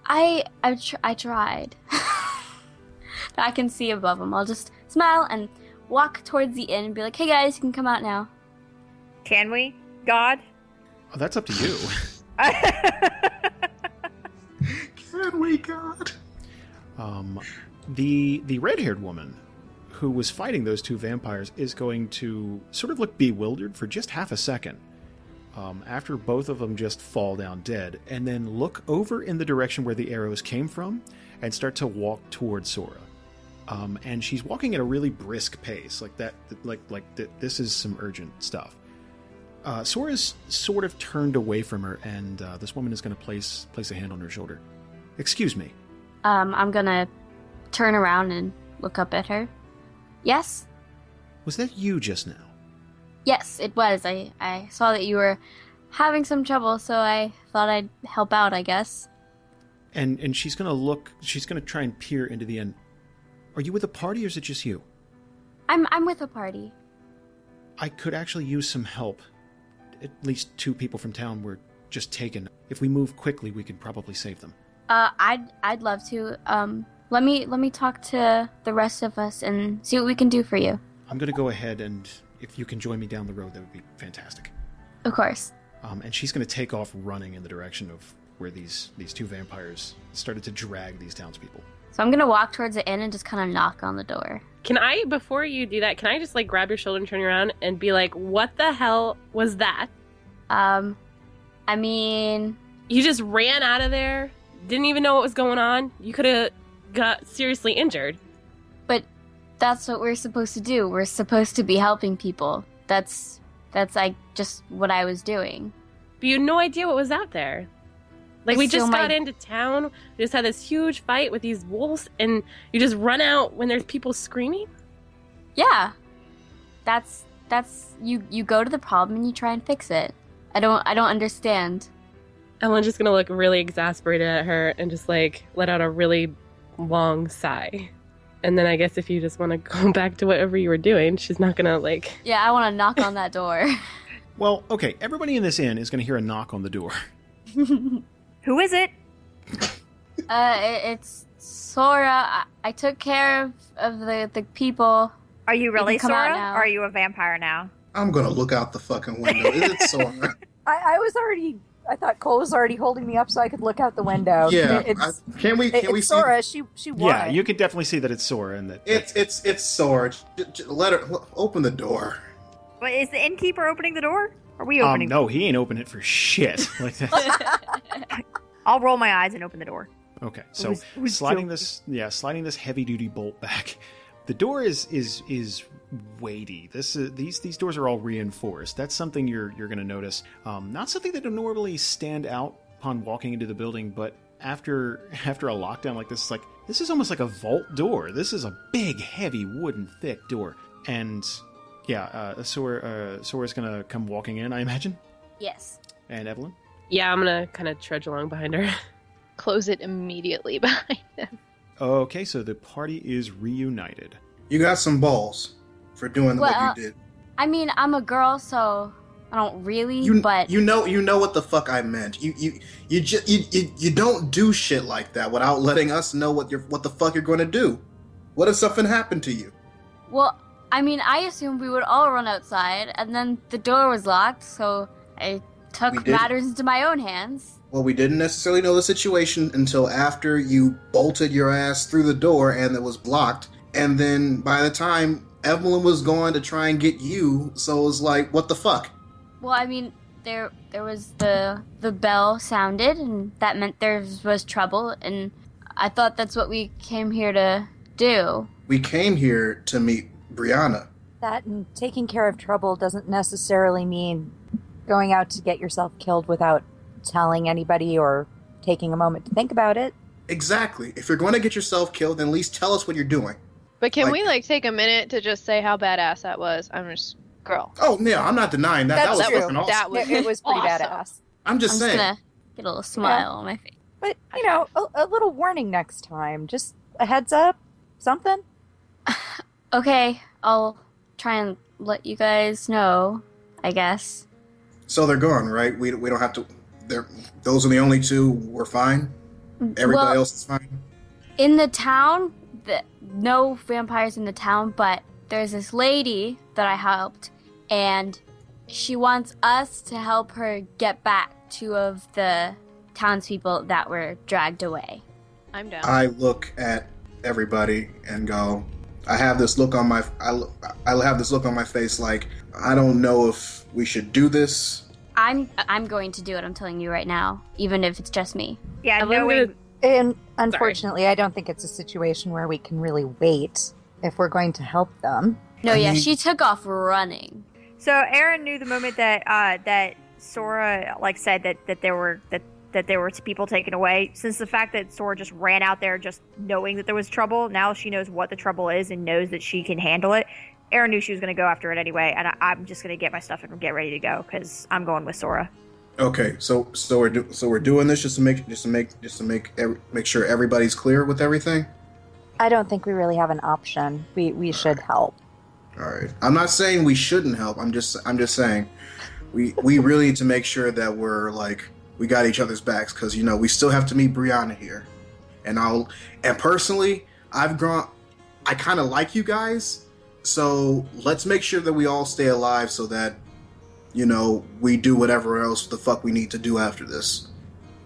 Speaker 7: I I, tr- I tried. [laughs] I can see above them. I'll just smile and walk towards the inn and be like, "Hey guys, you can come out now."
Speaker 4: Can we? God? [laughs]
Speaker 2: Oh, that's up to you.
Speaker 8: [laughs]
Speaker 6: Can we, God?
Speaker 2: Um, the the red haired woman who was fighting those two vampires is going to sort of look bewildered for just half a second um, after both of them just fall down dead, and then look over in the direction where the arrows came from and start to walk towards Sora. Um, and she's walking at a really brisk pace, like that, like like th- this is some urgent stuff. Uh, Sora's sort of turned away from her, and uh, this woman is going to place place a hand on her shoulder. Excuse me.
Speaker 7: Um, I'm gonna turn around and look up at her. Yes,
Speaker 2: Was that you just now?
Speaker 7: yes, it was. I I saw that you were having some trouble, so I thought I'd help out. I guess.
Speaker 2: And and she's gonna look. She's gonna try and peer into the end. Are you with a party or is it just you?
Speaker 7: I'm I'm with a party.
Speaker 2: I could actually use some help. At least two people from town were just taken. If we move quickly, we could probably save them.
Speaker 7: Uh, I'd I'd love to. Um, let me let me talk to the rest of us and see what we can do for you.
Speaker 2: I'm gonna go ahead and if you can join me down the road, that would be fantastic.
Speaker 7: Of course.
Speaker 2: Um, and she's gonna take off running in the direction of where these these two vampires started to drag these townspeople.
Speaker 7: So I'm gonna walk towards the inn and just kind of knock on the door.
Speaker 8: Can I, before you do that, can I just like grab your shoulder and turn you around and be like, what the hell was that?
Speaker 7: Um, I mean,
Speaker 8: You just ran out of there, didn't even know what was going on. You could have got seriously injured.
Speaker 7: that's what we're supposed to do. We're supposed to be helping people. That's that's like just what I was doing.
Speaker 8: But you had no idea what was out there. Like,
Speaker 7: It's
Speaker 8: we just
Speaker 7: still my-
Speaker 8: got into town, we just had this huge fight with these wolves, and you just run out when there's people screaming?
Speaker 7: Yeah, that's that's you you go to the problem and you try and fix it. I don't I don't understand.
Speaker 8: Ellen's just gonna look really exasperated at her and just like let out a really long sigh. And then I guess if you just want to [laughs] go back to whatever you were doing, she's not gonna like.
Speaker 7: Yeah, I want to knock on
Speaker 6: [laughs]
Speaker 7: that door.
Speaker 2: Well, okay, everybody in this inn is going to hear a knock on the door. [laughs]
Speaker 4: Who is it?
Speaker 7: Uh, it, it's Sora. I, I took care of, of the, the people.
Speaker 4: Are you
Speaker 7: can
Speaker 4: really
Speaker 7: come out
Speaker 4: Sora?
Speaker 7: now.
Speaker 4: Or are you a vampire now?
Speaker 6: I'm gonna look out the fucking window. Is
Speaker 7: [laughs]
Speaker 6: it Sora?
Speaker 5: [laughs] I, I was already. I thought Cole was already holding me up so I could look out the
Speaker 7: Oh,
Speaker 5: window.
Speaker 6: yeah.
Speaker 5: it's,
Speaker 6: I- can we? Can
Speaker 5: it's
Speaker 6: we see?
Speaker 5: Sora. She she won.
Speaker 2: Yeah, you could definitely see that it's Sora and that.
Speaker 6: It's it's it's Sora. J- j- let her l- open the door.
Speaker 4: Wait, is the innkeeper opening the door? Are we
Speaker 2: um,
Speaker 4: opening?
Speaker 2: no, he ain't open it for shit. Like that.
Speaker 4: I'll roll my eyes and open the door.
Speaker 2: Okay, so
Speaker 4: Who's- who's
Speaker 2: sliding
Speaker 4: joking?
Speaker 2: this, yeah, sliding this heavy duty bolt back. [laughs] The door is is is weighty. This is, these these doors are all reinforced. That's something you're you're going to notice. Um, not something that would normally stand out upon walking into the building, but after [laughs] after a lockdown like this, it's like this is almost like a vault door. This is a big, heavy, wooden, thick door. And yeah, uh, Sora uh, Sora's going to come walking in, I imagine.
Speaker 7: yes.
Speaker 2: And Evelyn.
Speaker 8: Yeah, I'm gonna kind of trudge along behind her. [laughs]
Speaker 3: Close it immediately [laughs] behind them.
Speaker 2: Okay, so the party is reunited.
Speaker 6: You got some balls for doing
Speaker 7: Well,
Speaker 6: what you did.
Speaker 7: I mean, I'm a girl, so I don't really.
Speaker 6: You
Speaker 7: but
Speaker 6: you know you know what the fuck I meant. You you you just you, you you don't do shit like that without letting us know what you're what the fuck you're gonna do. What if something happened to you?
Speaker 7: well, I mean, I assumed we would all run outside, and then the door was locked, so
Speaker 6: We
Speaker 7: I took
Speaker 6: did.
Speaker 7: matters into my own hands.
Speaker 6: Well, we didn't necessarily know the situation until after you bolted your ass through the door and it was blocked. And then by the time Evelyn was going to try and get you, so it was like, what the fuck?
Speaker 7: Well, I mean, there there was the the bell sounded, and that meant there was trouble, and I thought that's what we came here to do.
Speaker 6: We came here to meet Brianna.
Speaker 5: That and taking care of trouble doesn't necessarily mean going out to get yourself killed without telling anybody or taking a moment to think about it.
Speaker 6: Exactly. If you're going to get yourself killed, then at least tell us what you're doing.
Speaker 3: But can
Speaker 6: Like-
Speaker 3: we like take a minute to just say how badass that was? I'm just girl.
Speaker 6: Oh, no, I'm not denying that.
Speaker 5: That's
Speaker 6: that
Speaker 5: true.
Speaker 6: was fucking awesome.
Speaker 3: That was
Speaker 5: It, it was pretty
Speaker 3: [laughs] awesome.
Speaker 5: badass.
Speaker 6: I'm just
Speaker 7: I'm just
Speaker 6: saying.
Speaker 7: gonna get a little smile on my face.
Speaker 5: But you know, a, a little warning next time. Just a heads up, something.
Speaker 7: Okay, I'll try and let you guys know. I guess.
Speaker 6: So they're gone, right? We, we don't have to. They're, those are the only two. We're fine. Everybody
Speaker 7: Well-
Speaker 6: else is fine.
Speaker 7: In the town, the, no vampires in the town, but there's this lady that I helped, and she wants us to help her get back two of the townspeople that were dragged away.
Speaker 3: I'm down.
Speaker 6: I look at everybody and go, I have this look on my, I, lo- I have this look on my face like I don't know if we should do this.
Speaker 7: I'm I'm going to do it. I'm telling you right now, even if it's just me.
Speaker 4: Yeah,
Speaker 8: I'm gonna-
Speaker 4: knowing
Speaker 5: And unfortunately, I don't think it's a situation where we can really wait if we're going to help them.
Speaker 7: No,
Speaker 6: I
Speaker 7: yeah,
Speaker 6: mean-
Speaker 7: she took off running.
Speaker 4: So Aaron knew the moment that uh, that Sora like said that, that there were that that there were people taken away. Since the fact that Sora just ran out there just knowing that there was trouble, now she knows what the trouble is and knows that she can handle it. Aaron knew she was going to go after it anyway, and I, I'm just going to get my stuff and get ready to go because I'm going with Sora.
Speaker 6: Okay, so so we're do, so we're doing this just to make just to make just to make every, make sure everybody's clear with everything.
Speaker 5: I don't think we really have an option. We we should help.
Speaker 6: All right. I'm not saying we shouldn't help. I'm just I'm just saying we we really need to make sure that we're like we got each other's backs because you know we still have to meet Brianna here, and I'll and personally I've grown I kind of like you guys, so let's make sure that we all stay alive so that you know we do whatever else the fuck we need to do after this.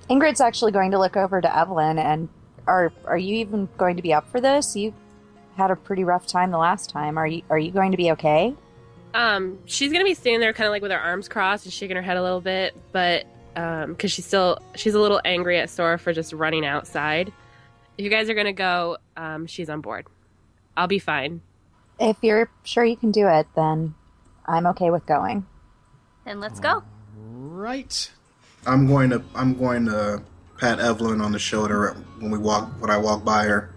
Speaker 5: Ingrid's actually going to look over to Evelyn and are are you even going to be up for this? You had a pretty rough time the last time. Are you are you going to be okay?
Speaker 8: Um, she's gonna be standing there, kind of like with her arms crossed and shaking her head a little bit, but um, because she's still she's a little angry at Sora for just running outside. If you guys are gonna go, um, she's on board. I'll be fine.
Speaker 5: If you're sure you can do it, then I'm okay with going.
Speaker 7: Then let's go.
Speaker 2: Right.
Speaker 6: I'm going to I'm going to pat Evelyn on the shoulder when we walk when I walk by her,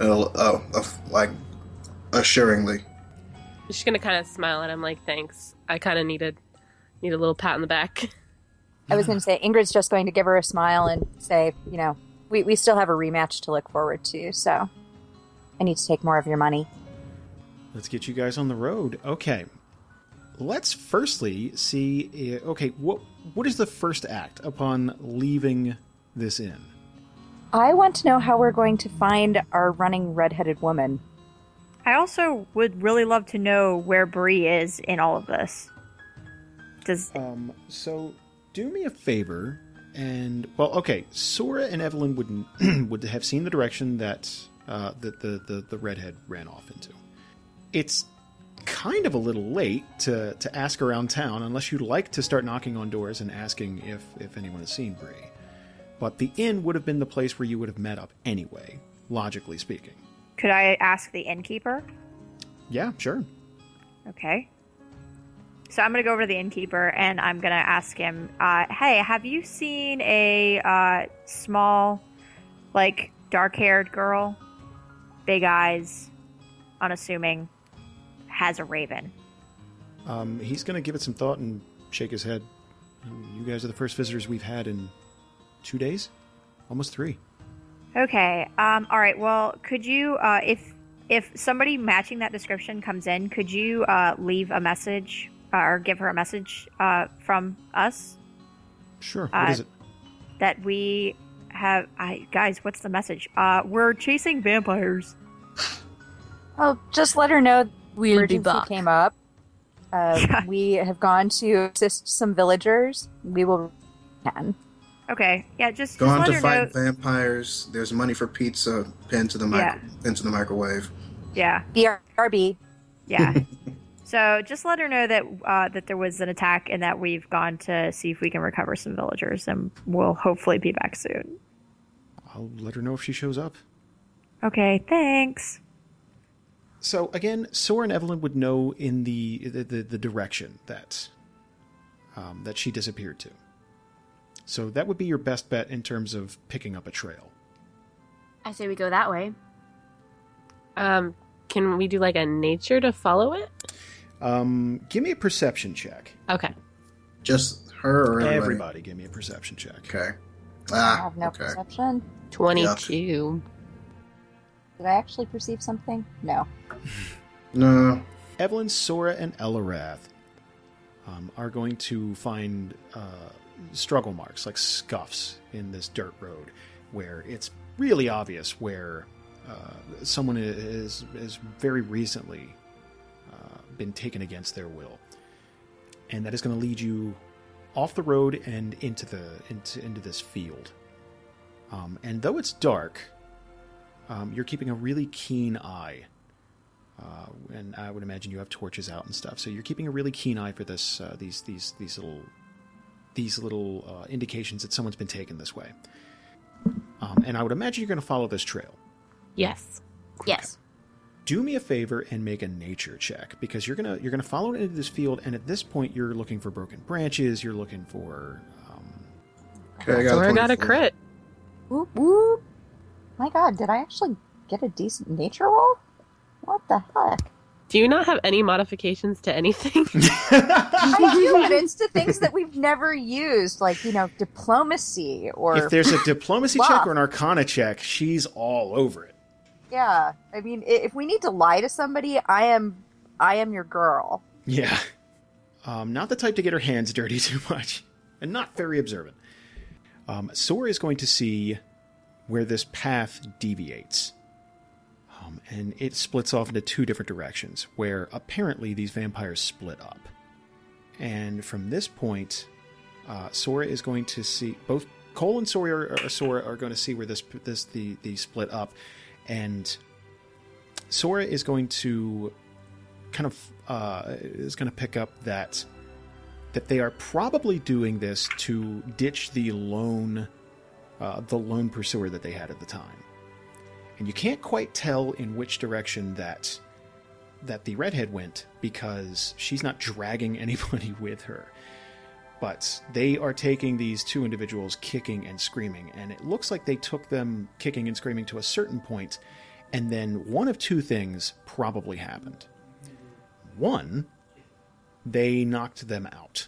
Speaker 6: uh, uh, uh, like assuringly.
Speaker 8: She's gonna kind of smile at him, like, "Thanks. I kind of needed need a little pat on the back." [laughs]
Speaker 5: I was going to say Ingrid's just going to give her a smile and say, you know, we, we still have a rematch to look forward to, so I need to take more of your money.
Speaker 2: Let's get you guys on the road. Okay. Let's firstly see. uh, Okay, what what is the first act upon leaving this inn?
Speaker 5: I want to know how we're going to find our running redheaded woman.
Speaker 4: I also would really love to know where Bree is in all of this. Does
Speaker 2: Um, so do me a favor, and well, okay. Sora and Evelyn would [clears throat] would have seen the direction that uh, that the, the the redhead ran off into. It's kind of a little late to to ask around town unless you'd like to start knocking on doors and asking if if anyone has seen Bree. But the inn would have been the place where you would have met up anyway, logically speaking.
Speaker 4: could I ask the innkeeper?
Speaker 2: Yeah, sure.
Speaker 4: Okay. So I'm gonna go over to the innkeeper and I'm gonna ask him, uh, "Hey, have you seen a uh, small, like dark-haired girl, big eyes, unassuming, has a raven?"
Speaker 2: Um, he's going to give it some thought and shake his head. You guys are the first visitors we've had in two days, almost three.
Speaker 4: Okay. Um, all right. Well, could you, uh, if if somebody matching that description comes in, could you uh, leave a message uh, or give her a message uh, from us
Speaker 2: Sure. What
Speaker 4: Uh,
Speaker 2: is it?
Speaker 4: that we have? I guys, what's the message? Uh, we're chasing vampires.
Speaker 5: Oh, just let her know
Speaker 7: We'll be
Speaker 5: emergency
Speaker 7: back.
Speaker 5: came up. Uh,
Speaker 4: Yeah.
Speaker 5: We have gone to assist some villagers. We will. Can.
Speaker 4: Okay. Yeah. Just, just
Speaker 6: Gone
Speaker 4: let
Speaker 6: to
Speaker 4: her
Speaker 6: fight
Speaker 4: know.
Speaker 6: vampires. There's money for pizza. Pin to the micro- into the microwave.
Speaker 4: Yeah.
Speaker 5: BRB.
Speaker 4: Yeah.
Speaker 6: [laughs]
Speaker 4: so just let her know that uh, that there was an attack and that we've gone to see if we can recover some villagers and we'll hopefully be back soon.
Speaker 2: I'll let her know if she shows up.
Speaker 4: Okay. Thanks.
Speaker 2: So again, Sora and Evelyn would know in the the, the, the direction that um, that she disappeared to. So that would be your best bet in terms of picking up a trail.
Speaker 7: I say we go that way.
Speaker 8: Um, can we do like a nature to follow it?
Speaker 2: Um, give me a perception check.
Speaker 8: Okay.
Speaker 6: Just her or everybody?
Speaker 2: Everybody, give me a perception check.
Speaker 6: Okay.
Speaker 5: I
Speaker 6: Ah,
Speaker 5: have no
Speaker 6: okay.
Speaker 5: perception.
Speaker 8: Twenty-two.
Speaker 5: Did I actually perceive something? No.
Speaker 6: No.
Speaker 2: Evelyn, Sora, and Elarath um, are going to find uh, struggle marks, like scuffs, in this dirt road, where it's really obvious where uh, someone i- is is very recently uh, been taken against their will, and that is going to lead you off the road and into the into into this field. Um, and though it's dark, um, you're keeping a really keen eye uh, and I would imagine you have torches out and stuff. So you're keeping a really keen eye for this, uh, these, these, these little, these little uh, indications that someone's been taken this way. Um, and I would imagine you're going to follow this trail.
Speaker 8: Yes.
Speaker 7: Yes.
Speaker 2: Do me a favor and make a nature check because you're gonna you're gonna follow it into this field, and at this point you're looking for broken branches. You're looking for. Um,
Speaker 6: Okay, I got,
Speaker 8: Sora got
Speaker 6: 24.
Speaker 8: a crit.
Speaker 5: Whoop whoop. My God, did I actually get a decent nature roll? What the heck?
Speaker 8: Do you not have any modifications
Speaker 6: [laughs]
Speaker 8: to anything?
Speaker 5: I [laughs] do, but it's to things that we've never used, like you know, diplomacy or
Speaker 2: if there's a diplomacy
Speaker 5: Wow.
Speaker 2: check or an arcana check, she's all over it.
Speaker 5: yeah. I mean, i- if we need to lie to somebody, I am, I am your girl.
Speaker 2: Yeah. Um, not the type to get her hands dirty [laughs] too much, and not very observant. Um, Sora is going to see where this path deviates. Um, and it splits off into two different directions, where apparently these vampires split up. And from this point, uh, Sora is going to see both Cole and Sora are, are- Sora are going to see where this this the the split up, and Sora is going to kind of uh, is going to pick up that that they are probably doing this to ditch the lone uh, the lone pursuer that they had at the time, and you can't quite tell in which direction that that the redhead went because she's not dragging [laughs] anybody with her. But they are taking these two individuals kicking and screaming, and it looks like they took them kicking and screaming to a certain point, and then one of two things probably happened one, they knocked them out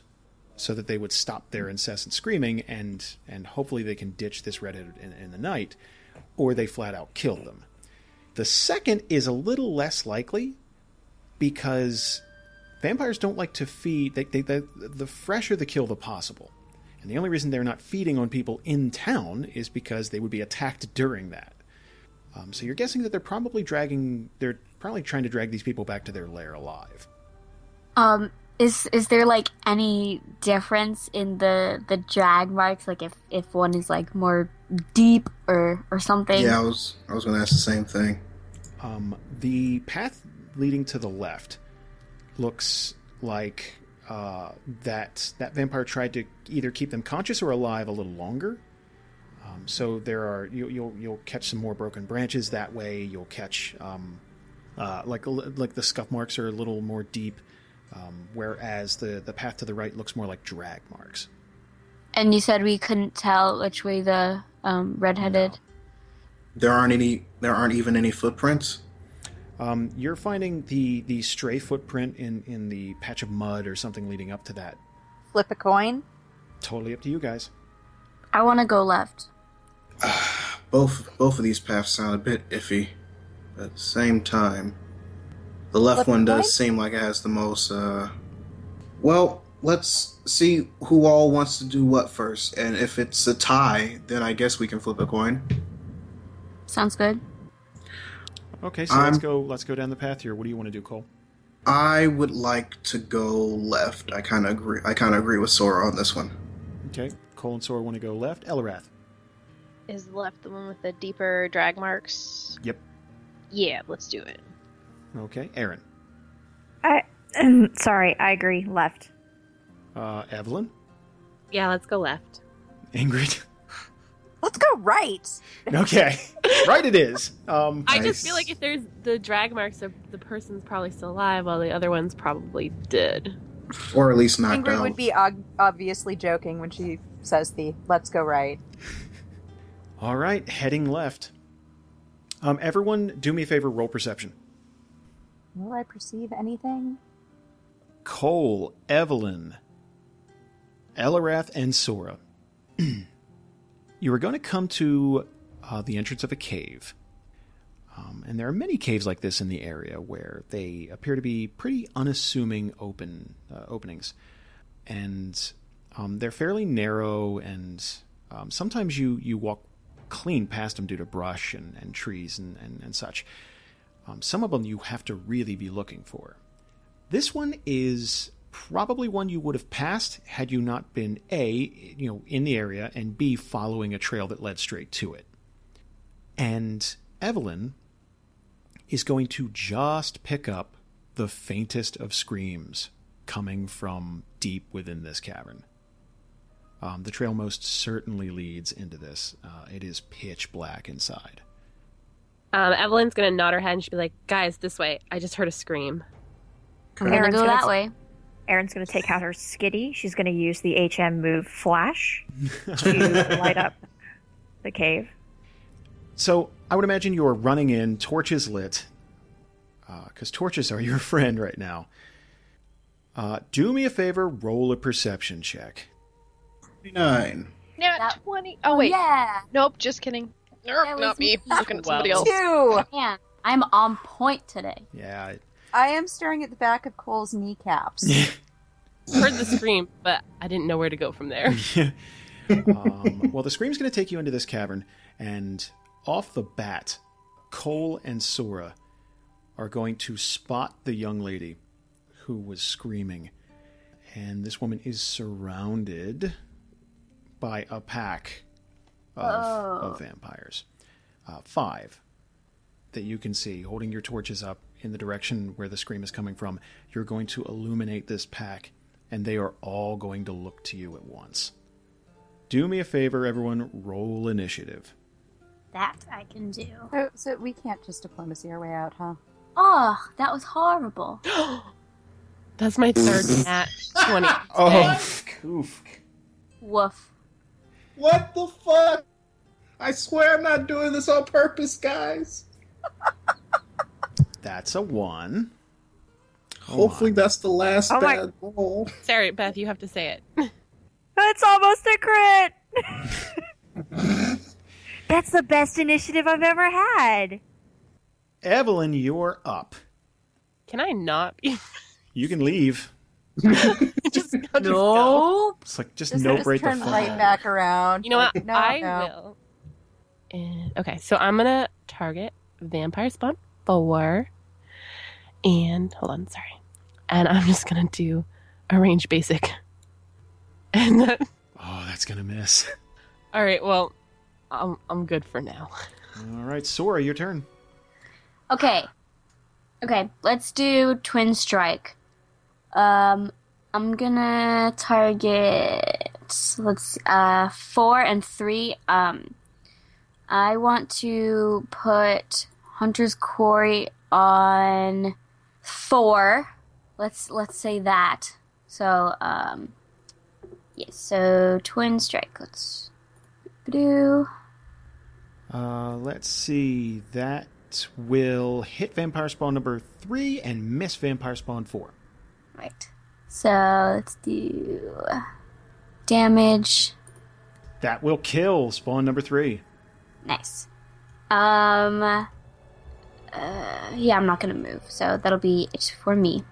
Speaker 2: so that they would stop their incessant screaming and and hopefully they can ditch this redheaded in, in the night, or they flat out kill them. The second is a little less likely because vampires don't like to feed. They, they, they, the fresher the kill, the possible. And the only reason they're not feeding on people in town is because they would be attacked during that. Um, so you're guessing that they're probably dragging. They're probably trying to drag these people back to their lair alive.
Speaker 7: Um, is is there like any difference in the the drag marks? Like if if one is like more deep or or something?
Speaker 6: Yeah, I was I was going to ask the same thing.
Speaker 2: Um, the path leading to the left looks like uh, that that vampire tried to either keep them conscious or alive a little longer. Um, so there are you, you'll you'll catch some more broken branches that way. You'll catch um, uh, like like the scuff marks are a little more deep, um, whereas the the path to the right looks more like drag marks.
Speaker 7: And you said we couldn't tell which way the um, redheaded.
Speaker 6: There aren't any. There aren't even any footprints.
Speaker 2: Um, you're finding the the stray footprint in in the patch of mud or something leading up to that.
Speaker 5: Flip a coin.
Speaker 2: Totally up to you guys.
Speaker 7: I want to go left.
Speaker 6: Both both of these paths sound a bit iffy. But at the same time, the left
Speaker 5: Left
Speaker 6: one does
Speaker 5: right?
Speaker 6: seem like it has the most. Uh, well, let's see who all wants to do what first, and if it's a tie, then I guess we can flip a coin.
Speaker 7: Sounds good.
Speaker 2: Okay, so let's
Speaker 6: I'm-
Speaker 2: go. Let's go down the path here. What do you want to do, Cole?
Speaker 6: I would like to go left. I kind of agree. I kind of agree with Sora on this one.
Speaker 2: Okay, Cole and Sora want to go left. Elrath.
Speaker 3: Is left the one with the deeper drag marks?
Speaker 2: Yep.
Speaker 3: Yeah, let's do it.
Speaker 2: Okay, Aaron.
Speaker 4: [clears throat] Sorry, I agree. Left.
Speaker 2: Uh, Evelyn. [laughs]
Speaker 8: Yeah, let's go left.
Speaker 2: Ingrid. [laughs]
Speaker 5: Let's go right.
Speaker 2: Okay, [laughs] right it is. Um,
Speaker 8: I just feel
Speaker 6: Nice.
Speaker 8: like if there's the drag marks, of the person's probably still alive, while the other one's probably dead.
Speaker 6: Or at least knock
Speaker 5: Ingrid
Speaker 6: down.
Speaker 5: would be ob- obviously joking when she says the "Let's go right."
Speaker 2: all right, heading left. Um, everyone, do me a favor. Roll perception.
Speaker 5: Will I perceive anything?
Speaker 2: Cole, Evelyn, Elarath, and Sora. [clears throat] you are going to come to uh, the entrance of a cave. Um, and there are many caves like this in the area where they appear to be pretty unassuming open uh, openings. And um, they're fairly narrow, and um, sometimes you, you walk clean past them due to brush and, and trees and, and, and such. Um, some of them you have to really be looking for. This one is probably one you would have passed had you not been a you know in the area and b following a trail that led straight to it. And Evelyn is going to just pick up the faintest of screams coming from deep within this cavern. Um, the trail most certainly leads into this. Uh, it is pitch black inside.
Speaker 8: Um, Evelyn's gonna nod her head and she'll be like, "Guys, this way. I just heard a scream."
Speaker 7: I'm gonna
Speaker 4: Aaron's
Speaker 7: go
Speaker 4: gonna
Speaker 7: that
Speaker 4: t-
Speaker 7: way.
Speaker 4: Erin's going to take out her skitty. She's going to use the HM move flash to light up the cave.
Speaker 2: So I would imagine you are running in, torches lit, because torches are [laughs] your friend right now. Uh, do me a favor, roll a perception check.
Speaker 6: Nine.
Speaker 3: Nat
Speaker 7: That-
Speaker 3: 20. Oh, wait.
Speaker 7: Yeah.
Speaker 3: Nope, just kidding.
Speaker 7: That
Speaker 3: Nope,
Speaker 7: was
Speaker 3: not me.
Speaker 7: me.
Speaker 3: Looking at somebody
Speaker 8: Well.
Speaker 3: else.
Speaker 5: Two.
Speaker 7: Man, I'm on point today.
Speaker 2: Yeah,
Speaker 5: I am staring at the back of Cole's kneecaps.
Speaker 8: Heard the
Speaker 6: [laughs]
Speaker 8: scream, but I didn't know where to go from there.
Speaker 2: um, [laughs] well, the scream's going to take you into this cavern, and off the bat, Cole and Sora are going to spot the young lady who was screaming. And this woman is surrounded by a pack of, of vampires. Uh, five that you can see, holding your torches up in the direction where the scream is coming from. You're going to illuminate this pack, and they are all going to look to you at once. Do me a favor, everyone. Roll initiative.
Speaker 7: That I can do.
Speaker 5: So, so we can't just diplomacy our way out, huh?
Speaker 7: Oh, that was [gasps] horrible.
Speaker 8: That's
Speaker 6: [laughs]
Speaker 8: my third nat twenty.
Speaker 6: Oh.
Speaker 2: Oh.
Speaker 6: Oof.
Speaker 7: Woof.
Speaker 6: What the fuck? I swear I'm not doing this on purpose, guys.
Speaker 2: That's a one.
Speaker 1: Hopefully, that's the last
Speaker 4: Oh my-
Speaker 1: bad roll.
Speaker 8: Sorry, Beth, you have to say it.
Speaker 4: It's almost a crit. [laughs] That's the best initiative I've ever had.
Speaker 2: Evelyn, you're up.
Speaker 8: Can I not? [laughs] be-
Speaker 2: You can leave.
Speaker 8: just, I'll just go.
Speaker 5: No.
Speaker 2: It's like just
Speaker 5: Just,
Speaker 2: no
Speaker 5: just
Speaker 2: break the
Speaker 5: turn
Speaker 2: flow.
Speaker 5: right back around.
Speaker 8: You know what?
Speaker 5: No,
Speaker 8: I
Speaker 5: no.
Speaker 8: will. And, okay, so I'm gonna target vampire spawn four, and hold on, sorry, and I'm just gonna do arrange basic, [laughs] and then,
Speaker 2: Oh, that's gonna miss. [laughs]
Speaker 8: all right, well, I'm I'm good for now.
Speaker 2: All right, Sora, your turn.
Speaker 7: Okay. Okay, let's do Twin Strike. Um, I'm gonna target, let's, uh, four and three. Um, I want to put Hunter's Quarry on four. Let's, let's say that. So, um, yes, so Twin Strike, let's do.
Speaker 2: Uh, let's see. That will hit Vampire Spawn number three and miss Vampire Spawn four.
Speaker 7: Right. So let's do damage.
Speaker 2: That will kill Spawn number three.
Speaker 7: Nice. Um. Uh, yeah, I'm not gonna move, so that'll be it for me.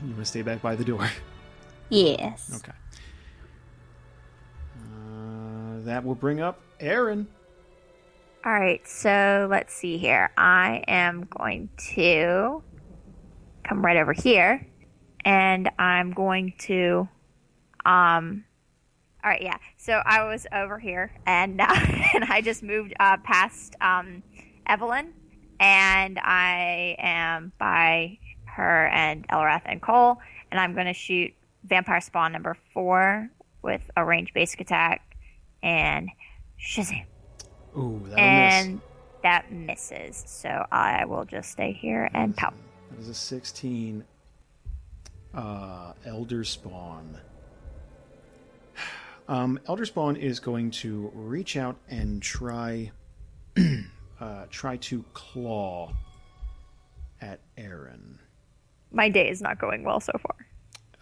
Speaker 2: You want to stay back by the door.
Speaker 7: Yes.
Speaker 2: Okay. Uh, that will bring up Aaron.
Speaker 4: All right, so let's see here. I am going to come right over here and I'm going to um All right, yeah. So I was over here and uh, [laughs] and I just moved uh past um Evelyn and I am by her and Elrath and Cole and I'm going to shoot vampire spawn number 4 with a range basic attack and shazam
Speaker 2: Ooh, that'll
Speaker 4: and
Speaker 2: miss.
Speaker 4: that misses. So I will just stay here and pout.
Speaker 2: That is a 16. Uh, Elder Spawn. [sighs] Um, Elder Spawn is going to reach out and try, [clears throat] uh, try to claw at Aaron.
Speaker 4: My day is not going well so far.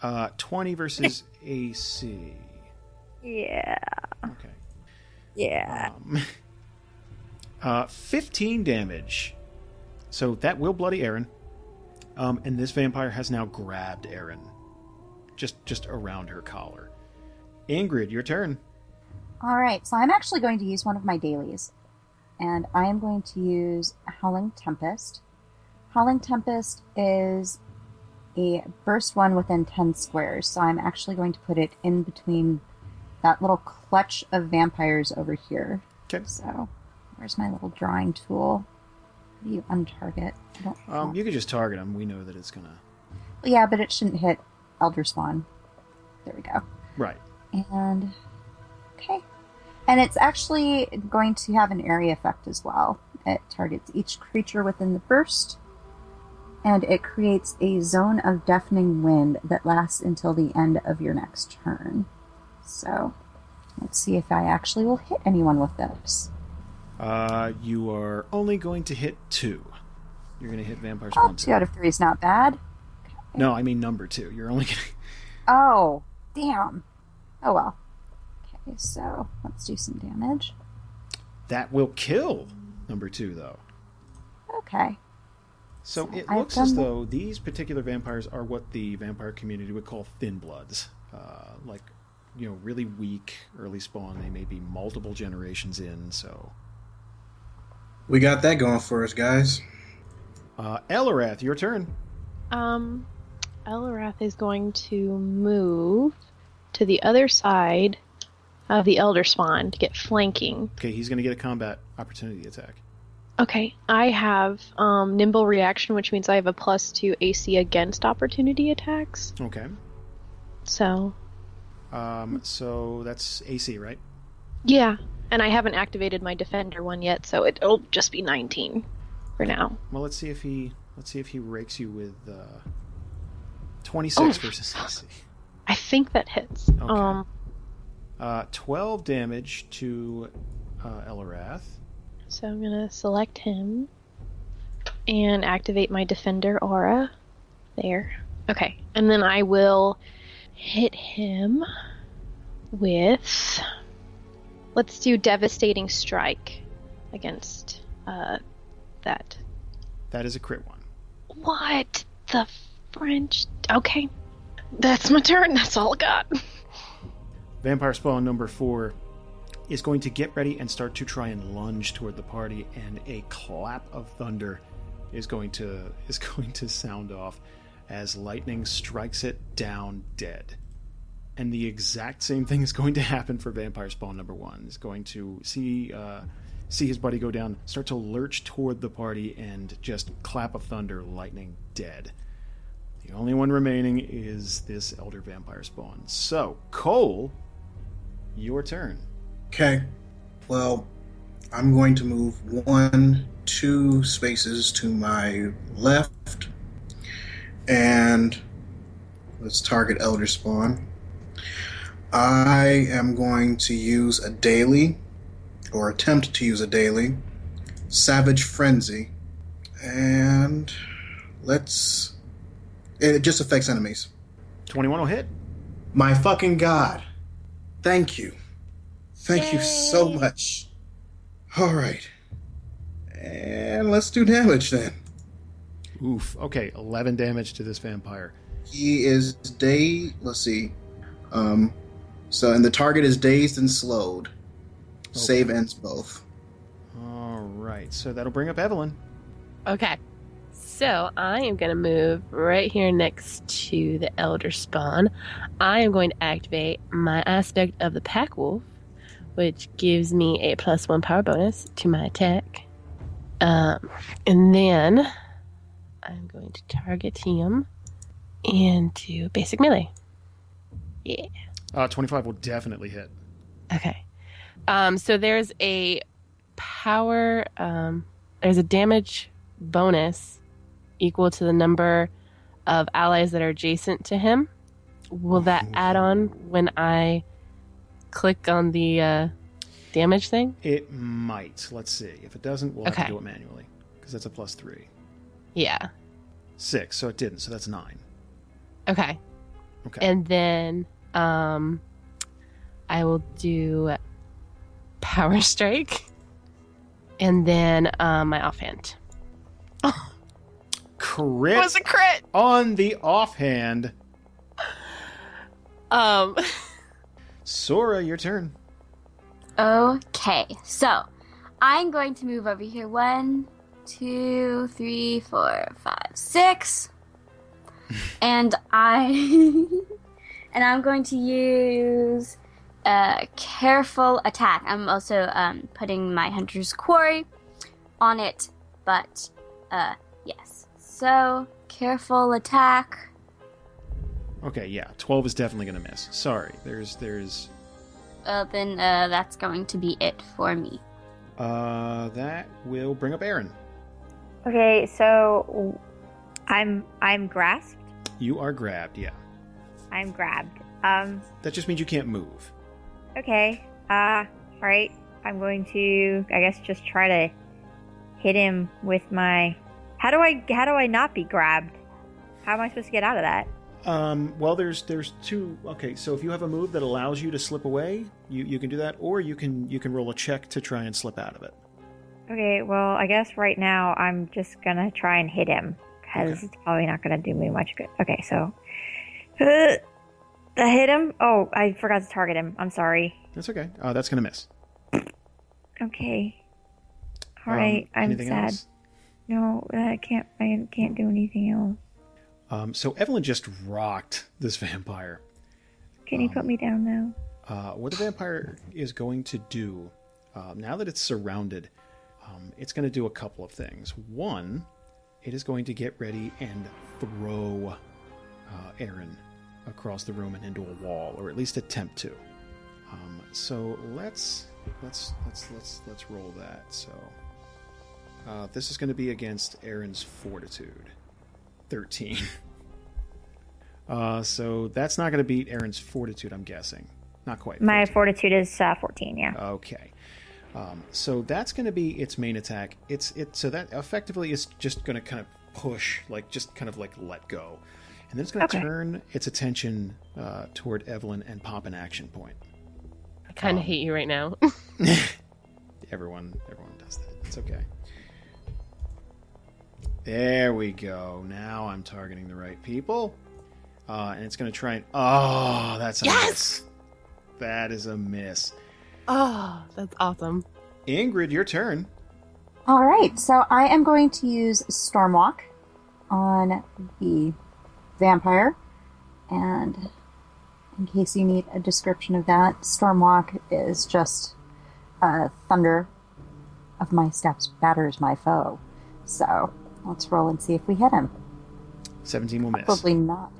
Speaker 2: Uh, 20 versus AC.
Speaker 4: Yeah.
Speaker 2: Okay.
Speaker 4: Yeah.
Speaker 2: Um, [laughs] uh, 15 damage. So that will bloody Aaron. Um, and this vampire has now grabbed Aaron. Just just around her collar. Ingrid, your turn.
Speaker 5: All right, so I'm actually going to use one of my dailies, and I am going to use Howling Tempest. Howling Tempest is a burst one within 10 squares, so I'm actually going to put it in between that little clutch of vampires over here.
Speaker 2: Okay.
Speaker 5: So, where's my little drawing tool? How do you untarget? I don't
Speaker 2: Um, you could just target him. We know that it's gonna.
Speaker 5: Yeah, but it shouldn't hit Elder Spawn. There we go.
Speaker 2: Right.
Speaker 5: And okay. And it's actually going to have an area effect as well. It targets each creature within the burst, and it creates a zone of deafening wind that lasts until the end of your next turn. So let's see if I actually will hit anyone with this.
Speaker 2: Uh, you are only going to hit two. You're gonna hit vampire
Speaker 5: Oh,
Speaker 2: spawn
Speaker 5: two
Speaker 2: two.
Speaker 5: out of three is not bad.
Speaker 2: No, I mean number two. You're only gonna. [laughs]
Speaker 5: Oh, damn. Oh well. Okay, so let's do some damage.
Speaker 2: That will kill number two though.
Speaker 5: Okay.
Speaker 2: So
Speaker 5: So
Speaker 2: it
Speaker 5: I've
Speaker 2: looks as
Speaker 5: done that.
Speaker 2: though these particular vampires are what the vampire community would call thin bloods. Uh, like, you know, really weak early spawn. They may be multiple generations in. So,
Speaker 1: We got that going for us, guys.
Speaker 2: uh, Elarath, your turn.
Speaker 3: Um, Elrath is going to move to the other side of the Elder Spawn to get flanking.
Speaker 2: Okay, he's going to get a combat opportunity attack.
Speaker 3: Okay, I have um, nimble reaction, which means I have a plus two AC against opportunity attacks.
Speaker 2: Okay.
Speaker 3: So
Speaker 2: Um, so that's AC, right?
Speaker 3: yeah, and I haven't activated my defender one yet, so it'll just be 19 for now.
Speaker 2: Well, let's see if he let's see if he rakes you with uh, twenty six
Speaker 3: Oh.
Speaker 2: versus AC.
Speaker 3: I think that hits. Um,
Speaker 2: Uh, Twelve damage to uh, Elarath.
Speaker 3: so I'm gonna select him and activate my defender aura. There. Okay, and then I will hit him with. Let's do devastating strike against uh, that.
Speaker 2: That is a crit one.
Speaker 3: What the French? Okay, that's my turn. That's all I got.
Speaker 2: Vampire Spawn number four is going to get ready and start to try and lunge toward the party, and a clap of thunder is going to [laughs] is going to sound off as lightning strikes it down dead. And the exact same thing is going to happen for Vampire Spawn number one. Is going to see uh, see his buddy go down, start to lurch toward the party, and just clap of thunder, lightning dead. The only one remaining is this Elder Vampire Spawn. So, Cole, your turn.
Speaker 6: Okay. Well, I'm going to move one, two spaces to my left. And let's target Elder Spawn. I am going to use a daily, or attempt to use a daily, Savage Frenzy. And let's. It just affects enemies.
Speaker 2: 21 will hit.
Speaker 6: My fucking god. Thank you. Thank you so much. All right. And let's do damage then.
Speaker 2: Oof. Okay, 11 damage to this vampire.
Speaker 6: He is day. Let's see. Um, so, and the target is dazed and slowed. Save ends both.
Speaker 2: All right, so that'll bring up Evelyn.
Speaker 8: Okay. So I am going to move right here next to the Elder Spawn. I am going to activate my aspect of the Pack Wolf, which gives me a plus one power bonus to my attack. Um, and then I'm going to target him and do basic melee. Yeah.
Speaker 2: Uh, 25 will definitely hit.
Speaker 8: Okay. Um, so there's a power, um, there's a damage bonus equal to the number of allies that are adjacent to him. Will that add on when I click on the uh, damage thing?
Speaker 2: It might. Let's see. If it doesn't, we'll have
Speaker 8: Okay.
Speaker 2: to do it manually because that's a plus three.
Speaker 8: Yeah.
Speaker 2: Six, so it didn't, so that's nine.
Speaker 8: Okay.
Speaker 2: Okay.
Speaker 8: And then um, I will do power [laughs] strike, and then um, my offhand.
Speaker 2: Crit
Speaker 8: a crit.
Speaker 2: on the offhand.
Speaker 8: Um.
Speaker 2: Sora, your turn.
Speaker 7: Okay, so I'm going to move over here. One, two, three, four, five, six. and I [laughs] and I'm going to use a careful attack. I'm also um, putting my hunter's quarry on it, but uh, yes. So careful attack.
Speaker 2: Okay, yeah, 12 is definitely going to miss. Sorry. There's, there's,
Speaker 7: Uh, then uh, that's going to be it for me.
Speaker 2: uh, that will bring up Aaron.
Speaker 4: Okay, so I'm I'm grasped.
Speaker 2: You are grabbed, yeah.
Speaker 4: I'm grabbed. Um.
Speaker 2: That just means you can't move.
Speaker 4: Okay. Uh. All right. I'm going to. I guess just try to hit him with my. How do I? How do I not be grabbed? How am I supposed to get out of that?
Speaker 2: Um, well, there's there's two. Okay, so if you have a move that allows you to slip away, you, you can do that, or you can you can roll a check to try and slip out of it.
Speaker 4: Okay. Well, I guess right now I'm just gonna try and hit him because
Speaker 2: Okay.
Speaker 4: it's probably not gonna do me much good. Okay. So. Uh, I hit him. Oh, I forgot to target him. I'm sorry.
Speaker 2: That's okay. Uh, that's gonna miss.
Speaker 4: Okay. All
Speaker 2: Um,
Speaker 4: right. I'm
Speaker 2: anything
Speaker 4: sad.
Speaker 2: else?
Speaker 4: No, I can't. I can't do anything else.
Speaker 2: Um, so Evelyn just rocked this [laughs] vampire.
Speaker 4: Can
Speaker 2: Oh.
Speaker 4: you put me down now?
Speaker 2: Uh, what the vampire is going to do uh, now that it's surrounded, um, it's going to do a couple of things. One, it is going to get ready and throw uh, Aaron across the room and into a wall, or at least attempt to. Um, so let's let's let's let's let's roll that. So uh, this is going to be against Aaron's fortitude, thirteen. [laughs] Uh, so that's not going to beat Aaron's fortitude, I'm guessing. Not quite.
Speaker 4: My
Speaker 2: 14.
Speaker 4: fortitude is uh, 14,
Speaker 2: Oh.
Speaker 4: yeah.
Speaker 2: Okay. Um, so that's going to be its main attack. It's it. So that effectively is just going to kind of push, like just kind of like let go, and and then it's going to
Speaker 4: Okay.
Speaker 2: turn its attention uh, toward Evelyn and pop an action point.
Speaker 8: I kind of
Speaker 2: Um,
Speaker 8: hate you right now. [laughs]
Speaker 2: Everyone, everyone does that. It's okay. There we go. Now I'm targeting the right people, uh, and it's going to try and. Oh, that's a miss.
Speaker 8: Yes!
Speaker 2: That is a miss.
Speaker 8: oh, that's awesome.
Speaker 2: Ingrid, your turn.
Speaker 1: All right, so I am going to use Stormwalk on the vampire. And in case you need a description of that, Stormwalk is just uh, thunder of my steps batters my foe. So let's roll and see if we hit him.
Speaker 2: 17 will miss.
Speaker 1: Probably not.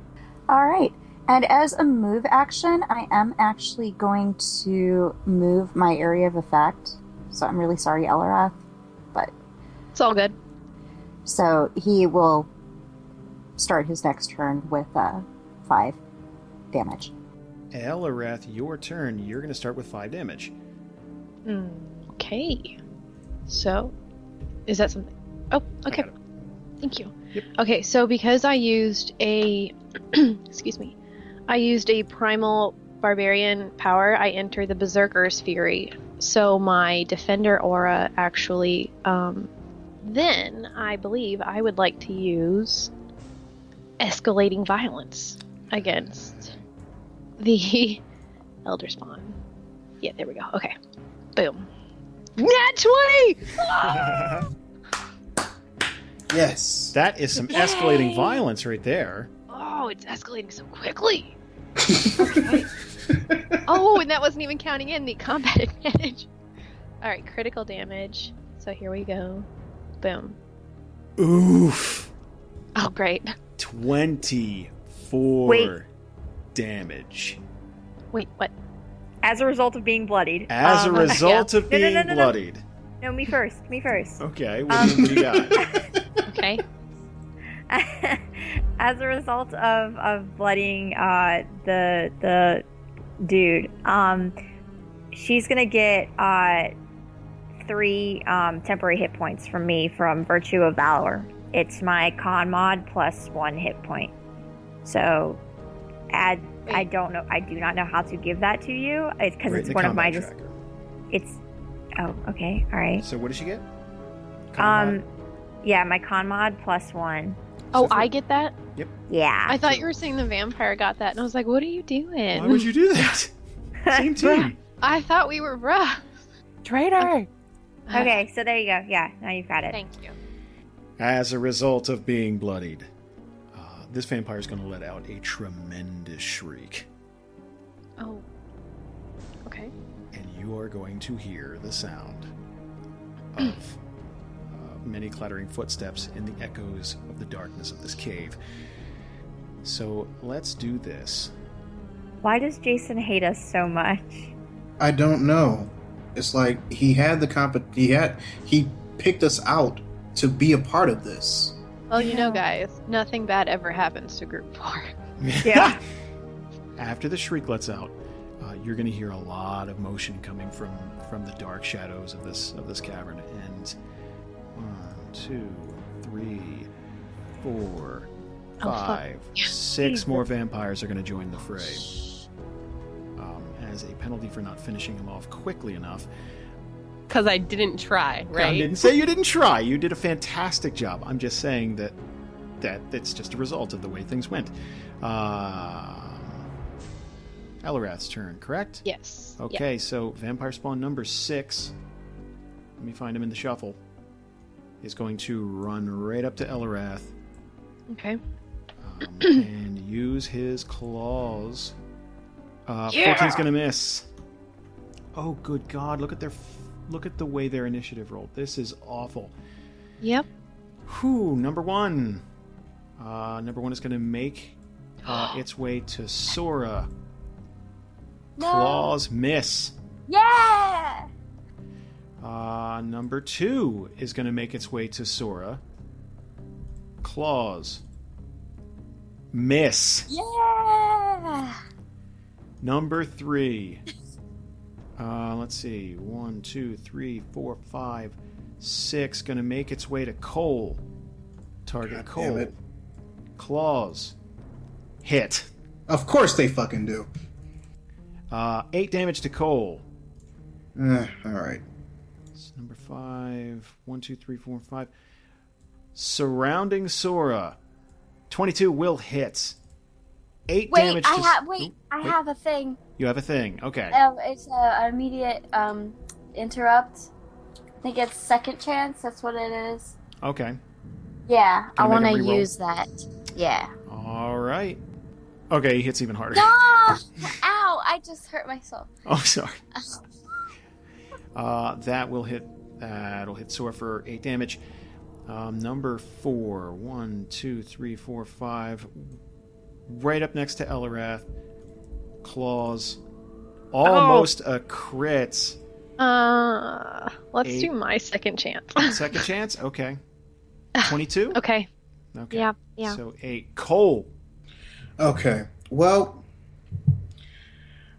Speaker 1: All right. And as a move action, I am actually going to move my area of effect. So I'm really sorry, Elrath.
Speaker 3: It's all good.
Speaker 1: So he will start his next turn with uh, five damage.
Speaker 2: Elarath, your turn. You're going to start with 5 damage.
Speaker 3: Mm, Okay. So, is that something? Oh,
Speaker 2: I
Speaker 3: okay.
Speaker 2: got it.
Speaker 3: Thank you.
Speaker 2: Yep.
Speaker 3: Okay, so because I used a, [clears throat] excuse me, I used a primal barbarian power, I enter the berserker's fury. So my defender aura actually. Um, then I believe I would like to use escalating violence against the [laughs] elder spawn. Yeah, there we go. Okay, boom. Nat twenty.
Speaker 6: Yes.
Speaker 2: That is some escalating violence right there.
Speaker 3: Oh, it's escalating so
Speaker 2: [laughs]
Speaker 3: quickly. oh, and that wasn't even counting in the combat [laughs] advantage. All right, critical damage. So here we go. Boom.
Speaker 2: Oof.
Speaker 3: Oh, great.
Speaker 2: 24
Speaker 4: Wait.
Speaker 2: damage.
Speaker 3: Wait, what?
Speaker 4: As a result of being bloodied.
Speaker 2: As
Speaker 4: Um,
Speaker 2: a result of
Speaker 4: No, no,
Speaker 2: being
Speaker 4: no, Um, no, no.
Speaker 2: bloodied.
Speaker 4: [laughs] No, me first. Me first.
Speaker 2: Okay, what do you- what do you
Speaker 4: [laughs]
Speaker 2: got? [laughs]
Speaker 3: Okay.
Speaker 4: As a result of of bloodying uh, the the dude, um, she's gonna get uh, three um, temporary hit points from me from virtue of valor. It's my con mod plus one hit point. So, add. I
Speaker 3: Wait.
Speaker 4: don't know. I do not know how to give that to you. It's because
Speaker 2: Right,
Speaker 4: it's
Speaker 2: the
Speaker 4: one of my
Speaker 2: combat
Speaker 4: just.
Speaker 2: tracker.
Speaker 4: It's. Oh, okay. All right.
Speaker 2: So what did she get?
Speaker 4: um,
Speaker 2: Con mod.
Speaker 4: yeah, my con mod plus one.
Speaker 3: Oh,
Speaker 2: So for-
Speaker 3: I get that.
Speaker 4: Yeah.
Speaker 3: I thought you were saying the vampire got that, and I was like, "What are you
Speaker 2: Why
Speaker 3: doing?"
Speaker 2: would you
Speaker 4: [laughs]
Speaker 2: do that? Same team.
Speaker 3: I thought we were bruh.
Speaker 2: [laughs]
Speaker 8: Traitor.
Speaker 4: Okay, so there you go. Yeah, now you've got it.
Speaker 3: Uh-huh. Thank you.
Speaker 2: As a result of being bloodied, uh, this vampire is going to let out a tremendous shriek,
Speaker 3: Oh. Okay.
Speaker 2: and you are going to hear the sound of uh, many clattering footsteps in the echoes of the darkness of this cave. So let's do this.
Speaker 4: Why does Jason hate us so much?
Speaker 6: I don't know. It's like he had the comp. He had he picked us out to be a part of this.
Speaker 3: Well, you know, guys, nothing bad ever happens to Group Four. [laughs]
Speaker 4: Yeah.
Speaker 2: [laughs] After the shriek lets out, uh, you're going to hear a lot of motion coming from from the dark shadows of this of this cavern. And one, two, three, four,
Speaker 3: Oh, fuck.
Speaker 2: five, six more vampires are going to join the fray. Um, as a penalty for not finishing them off quickly enough.
Speaker 8: Because I didn't try,
Speaker 2: I
Speaker 8: right?
Speaker 2: didn't say you didn't try. You did a fantastic job. I'm just saying that that that's just a result of the way things went. Um Elrath's turn, correct?
Speaker 3: Yes. Yeah.
Speaker 2: Okay, so Vampire Spawn number six. Let me find him in the shuffle. Is going to run right up to Elrath
Speaker 3: Okay. [clears throat]
Speaker 2: um, and use his claws. Uh, 14's gonna miss. Oh, good God! Look at their, f- look at the way their initiative rolled. This is awful.
Speaker 3: Yep.
Speaker 2: Whew, number one. Uh, number one is going to make uh, its way to Sora. Claws miss.
Speaker 7: Yeah!
Speaker 2: Uh, number two is going to make its way to Sora. Claws miss.
Speaker 7: Yeah!
Speaker 2: Number three. Uh, let's see. One, two, three, four, five, six. Going to make its way to Cole. Target
Speaker 6: God damn
Speaker 2: Cole.
Speaker 6: it.
Speaker 2: Claws Hit.
Speaker 6: Of course they fucking do.
Speaker 2: Uh, eight damage to Cole.
Speaker 6: Eh, all right.
Speaker 2: It's number five. One, two, three, four, five. Surrounding Sora. 22 will hit. Eight
Speaker 7: Wait,
Speaker 2: damage
Speaker 7: I
Speaker 2: to.
Speaker 7: have wait, I
Speaker 2: wait.
Speaker 7: have a thing.
Speaker 2: You have a thing. Okay.
Speaker 7: Um, it's a, an immediate um interrupt. I think it's second chance. That's what it is.
Speaker 2: Okay.
Speaker 7: Yeah,
Speaker 2: Can
Speaker 7: I
Speaker 2: I make
Speaker 7: want
Speaker 2: a
Speaker 7: to
Speaker 2: reroll?
Speaker 7: use that.
Speaker 2: [laughs]
Speaker 7: Yeah.
Speaker 2: All right. Okay, he hits even harder.
Speaker 7: No! Ow! I just hurt myself.
Speaker 2: [laughs] Oh, sorry. Uh, that will hit. That'll hit Sora for eight damage. Um, number four. One, two, three, four, five. Right up next to Elrath. Claws. Almost
Speaker 3: Oh.
Speaker 2: a crit.
Speaker 3: Uh, let's
Speaker 2: Eight.
Speaker 3: do my second chance.
Speaker 2: [laughs] Second chance. Okay. Twenty-two.
Speaker 3: [laughs] okay.
Speaker 2: Okay.
Speaker 3: Yeah. Yeah.
Speaker 2: So eight. Cole.
Speaker 6: Okay. Well,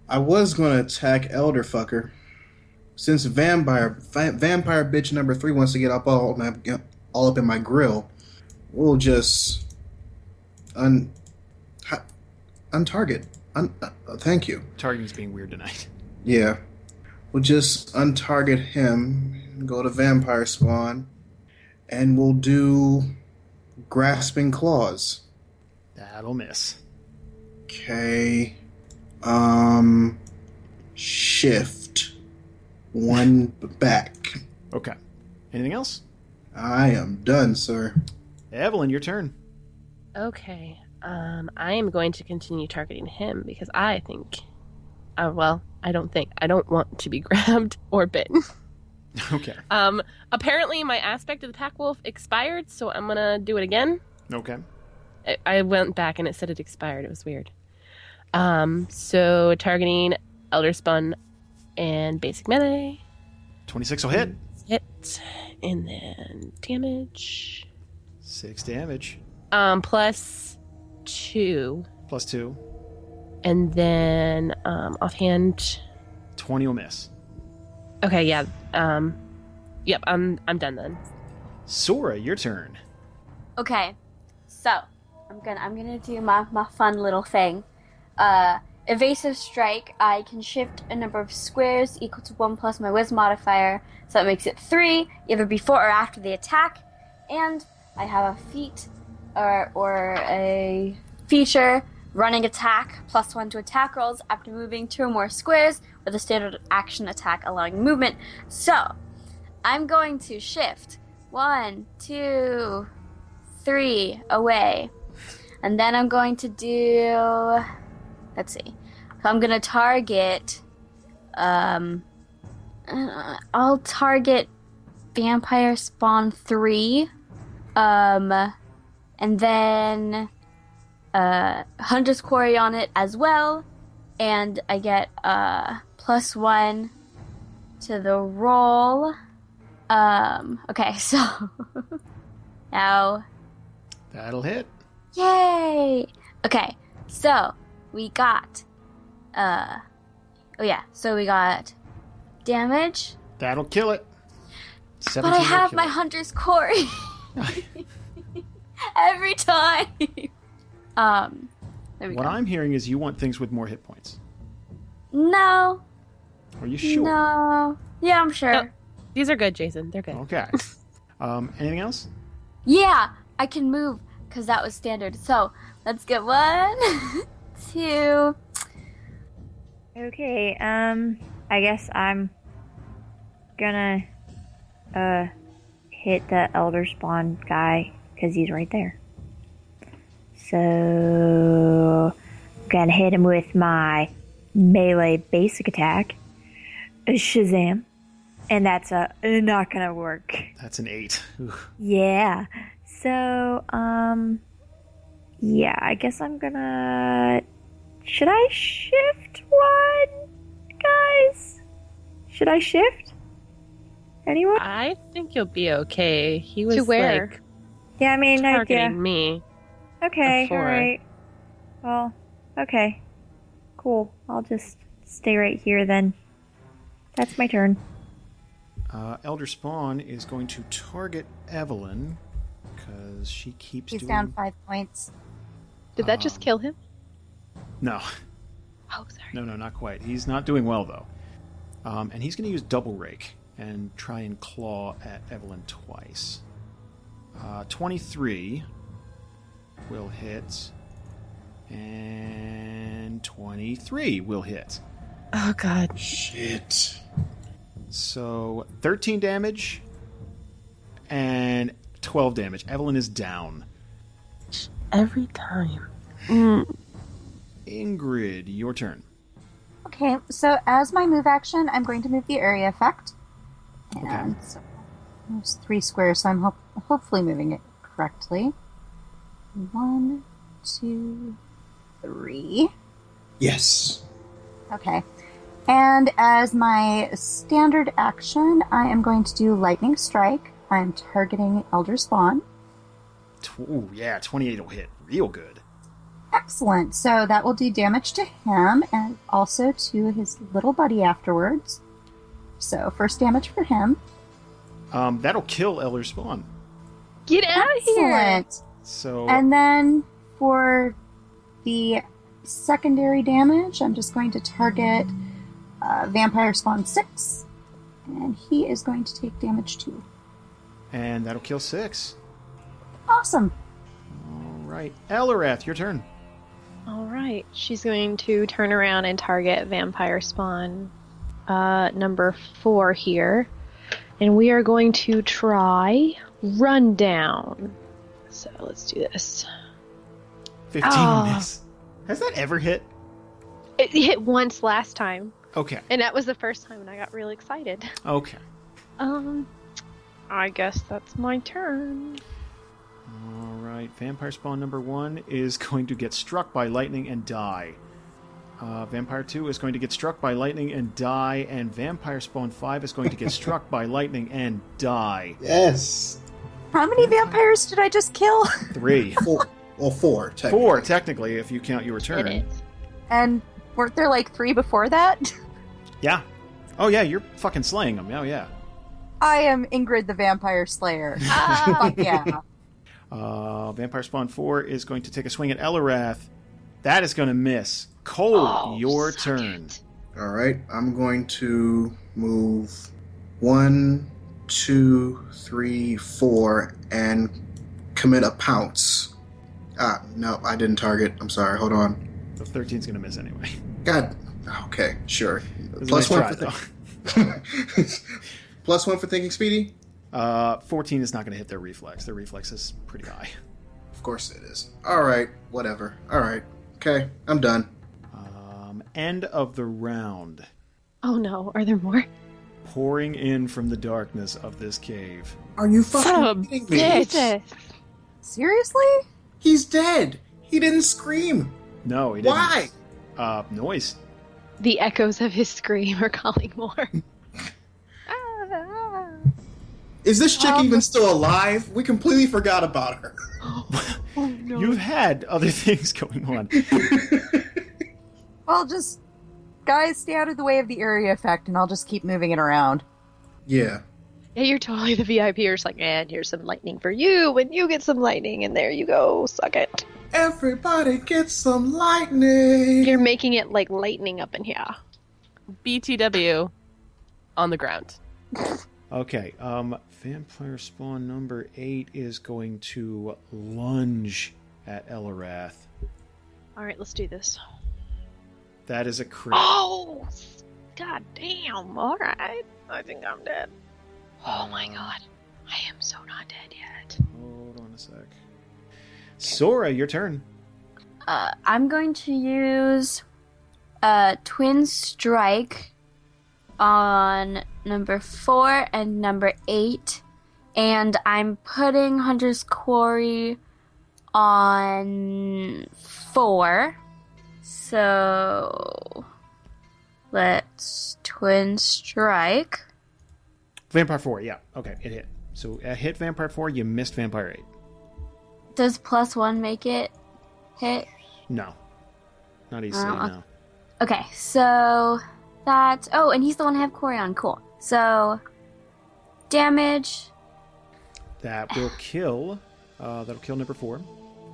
Speaker 6: I was gonna attack Elderfucker since vampire va- vampire bitch number three wants to get up all my, all up in my grill. We'll just un ha- untarget. Un- uh, uh, thank you.
Speaker 2: Targeting's being weird tonight. [laughs]
Speaker 6: Yeah. We'll just untarget him, go to vampire spawn, and we'll do grasping claws.
Speaker 2: That'll miss.
Speaker 6: Okay. Um. Shift. One back.
Speaker 2: Okay. Anything else?
Speaker 6: I am done, sir.
Speaker 2: Evelyn, your turn. [laughs]
Speaker 8: Okay. Um, I am going to continue targeting him because I think, uh, well, I don't think I don't want to be [laughs] grabbed or bitten.
Speaker 2: Okay.
Speaker 8: Um, apparently my aspect of the pack wolf expired, so I'm gonna do it again.
Speaker 2: Okay.
Speaker 8: I, I went back and it said it expired. It was weird. Um, so targeting elder spun and basic melee
Speaker 2: Twenty-six will hit.
Speaker 8: hit, and then damage.
Speaker 2: Six damage.
Speaker 8: Um, plus two,
Speaker 2: Plus two.
Speaker 8: and then um, offhand.
Speaker 2: 20 will miss.
Speaker 8: Okay, yeah. Um, yep, I'm I'm done then.
Speaker 2: Sora, your turn.
Speaker 7: Okay, so I'm gonna I'm gonna do my my fun little thing. Uh, evasive strike. I can shift a number of squares equal to one plus my Wiz modifier, so that makes it three, either before or after the attack. And I have a feat or or a feature running attack plus one to attack rolls after moving two or more squares with a standard action attack allowing movement. So I'm going to shift one, two, three away. And then I'm going to do. Let's see. So I'm going to target. Um, uh, I'll target Vampire Spawn 3. Um, and then uh, Hunter's Quarry on it as well. And I get uh, plus one to the roll. Um, okay, [laughs] so now
Speaker 2: That'll hit.
Speaker 7: Yay! Okay, so we got, uh, oh yeah, so we got damage,
Speaker 2: That'll kill it.
Speaker 7: but
Speaker 2: 17
Speaker 7: I
Speaker 2: will
Speaker 7: have
Speaker 2: kill
Speaker 7: my
Speaker 2: it.
Speaker 7: hunter's quarry [laughs] every time. [laughs] um, there we
Speaker 2: What
Speaker 7: go.
Speaker 2: I'm hearing is you want things with more hit points.
Speaker 7: no,
Speaker 2: Are you sure?
Speaker 7: no, yeah, I'm sure.
Speaker 8: No. These are good, Jason. They're good.
Speaker 2: Okay. um, anything else?
Speaker 7: Yeah, I can move because that was standard. So let's get one, [laughs] two.
Speaker 4: Okay, um, I guess I'm gonna uh hit the Elder Spawn guy because he's right there. So I'm gonna hit him with my melee basic attack, Shazam, and that's uh, not gonna work. [laughs]
Speaker 2: That's an eight. Oof.
Speaker 4: Yeah. So, um, yeah, I guess I'm gonna. Should I shift one, guys? Should I shift? Anyone?
Speaker 8: I think you'll be okay. He was
Speaker 3: To where?
Speaker 8: like
Speaker 4: Yeah, I mean, I,
Speaker 8: targeting
Speaker 4: yeah.
Speaker 8: me.
Speaker 4: Okay,
Speaker 8: four.
Speaker 4: alright. Well, okay. Cool. I'll just stay right here then. That's my turn.
Speaker 2: Uh, Elder Spawn is going to target Evelyn because she keeps
Speaker 1: He's
Speaker 2: doing.
Speaker 1: down five points.
Speaker 3: Did that just
Speaker 2: Um,
Speaker 3: kill him?
Speaker 2: No,
Speaker 3: Oh, sorry.
Speaker 2: no, no, not quite. He's not doing well though, um, and he's going to use double rake and try and claw at Evelyn twice. Uh, Twenty-three will hit, and twenty-three will hit.
Speaker 8: Oh god.
Speaker 6: Shit.
Speaker 2: So 13 damage and 12 damage. Evelyn is down.
Speaker 8: Every time.
Speaker 2: Ingrid, your turn.
Speaker 1: Okay, so as my move action, I'm going to move the area effect.
Speaker 2: Okay.
Speaker 1: And so there's three squares, so I'm hop hopefully moving it correctly. One, two, three.
Speaker 6: Yes.
Speaker 1: Okay. And as my standard action, I am going to do Lightning Strike. I'm targeting Elder Spawn.
Speaker 2: Tw- ooh, yeah, 28 will hit real good.
Speaker 1: Excellent. So that will do damage to him and also to his little buddy afterwards. So first damage for him.
Speaker 2: Um, that'll kill Elder Spawn.
Speaker 3: Get out of here.
Speaker 1: Excellent.
Speaker 2: So
Speaker 1: And then for the secondary damage, I'm just going to target uh, Vampire Spawn 6. And he is going to take damage too.
Speaker 2: and that'll kill 6.
Speaker 1: Awesome.
Speaker 2: All right. Elarath, your turn.
Speaker 3: All right. She's going to turn around and target Vampire Spawn uh, number four here. And we are going to try Run Down. So let's do this.
Speaker 2: 15
Speaker 3: Oh.
Speaker 2: will miss. Has that ever hit?
Speaker 3: It hit once last time,
Speaker 2: Okay.
Speaker 3: and that was the first time, and I got really excited. [laughs]
Speaker 2: Okay.
Speaker 3: Um, I guess that's my turn.
Speaker 2: All right. Vampire Spawn number 1 is [laughs] going to get struck by lightning and die. Uh, Vampire 2 is going to get struck by lightning and die, and Vampire Spawn 5 is going to [laughs] get struck by lightning and die.
Speaker 6: Yes.
Speaker 5: How many vampires did I
Speaker 1: [laughs]
Speaker 5: just kill?
Speaker 2: [laughs] Three.
Speaker 6: Four. Well, four. Technically.
Speaker 2: Four, technically, if you count your
Speaker 3: It
Speaker 2: turn.
Speaker 3: is.
Speaker 5: And weren't there like three before that?
Speaker 2: Yeah. Oh, yeah, you're fucking slaying them. Oh, yeah.
Speaker 5: I am Ingrid the Vampire Slayer. Ah.
Speaker 1: Fuck
Speaker 5: [laughs]
Speaker 1: yeah.
Speaker 2: Uh, Vampire Spawn 4 is going to take a swing at Elarath. That is going to miss. Cole,
Speaker 3: Oh,
Speaker 2: your
Speaker 3: suck
Speaker 2: turn.
Speaker 3: it.
Speaker 6: All right. I'm going to move one, two, three, four, and commit a pounce. Ah, no, I didn't target. I'm sorry. Hold on.
Speaker 2: The 13's going to miss anyway. [laughs]
Speaker 6: God. Okay. Sure.
Speaker 2: It was a
Speaker 6: Plus
Speaker 2: nice
Speaker 6: one
Speaker 2: try,
Speaker 6: for thi- [laughs] Plus one for thinking speedy.
Speaker 2: though. Uh, 14 is not going to hit their reflex. Their reflex is pretty high.
Speaker 6: Of course it is. All right. Whatever. All right. Okay. I'm done.
Speaker 2: Um, end of the round.
Speaker 3: Oh no, are there more?
Speaker 2: Pouring in from the darkness of this cave.
Speaker 6: Are you
Speaker 8: Son
Speaker 6: fucking
Speaker 8: of a
Speaker 6: kidding me?
Speaker 3: Jesus.
Speaker 5: Seriously?
Speaker 6: He's dead. He didn't scream.
Speaker 2: No, he didn't.
Speaker 6: Why?
Speaker 2: Uh, noise.
Speaker 3: The echoes of his scream are calling more. Ah.
Speaker 6: Is this
Speaker 4: Um,
Speaker 6: chick even still alive? We completely forgot about her.
Speaker 3: Oh, no.
Speaker 2: You've had other [laughs] things going
Speaker 6: [laughs]
Speaker 2: on.
Speaker 5: Well, just guys, stay out of the way of the area effect, and I'll just keep moving it around.
Speaker 6: Yeah.
Speaker 3: Yeah, you're totally the VIP. You're just like, man, here's some lightning for you, and you get some lightning, and there you go, suck it.
Speaker 6: Everybody get some lightning.
Speaker 3: You're making it like lightning up in here.
Speaker 8: BTW on the ground.
Speaker 2: Okay, um, vampire spawn number eight is going to lunge at Elarath.
Speaker 3: All right, let's do this.
Speaker 2: That is a crit.
Speaker 3: Oh, s- god damn! All right, I think I'm dead. Oh my god, I am so not dead yet.
Speaker 2: Hold on a sec. Sora, your turn.
Speaker 7: Uh, I'm going to use uh, Twin Strike on number four and number eight. And I'm putting Hunter's Quarry on four. So let's Twin Strike.
Speaker 2: Vampire four, yeah. Okay, it hit. So uh, hit vampire four. You missed vampire eight.
Speaker 7: Does plus one make it hit?
Speaker 2: No, not easily.
Speaker 3: Ah.
Speaker 7: Uh-uh.
Speaker 2: no.
Speaker 7: Okay, so that. Oh, and he's the one I have Corey on. Cool. So damage
Speaker 2: That will kill. Uh, that'll kill number four.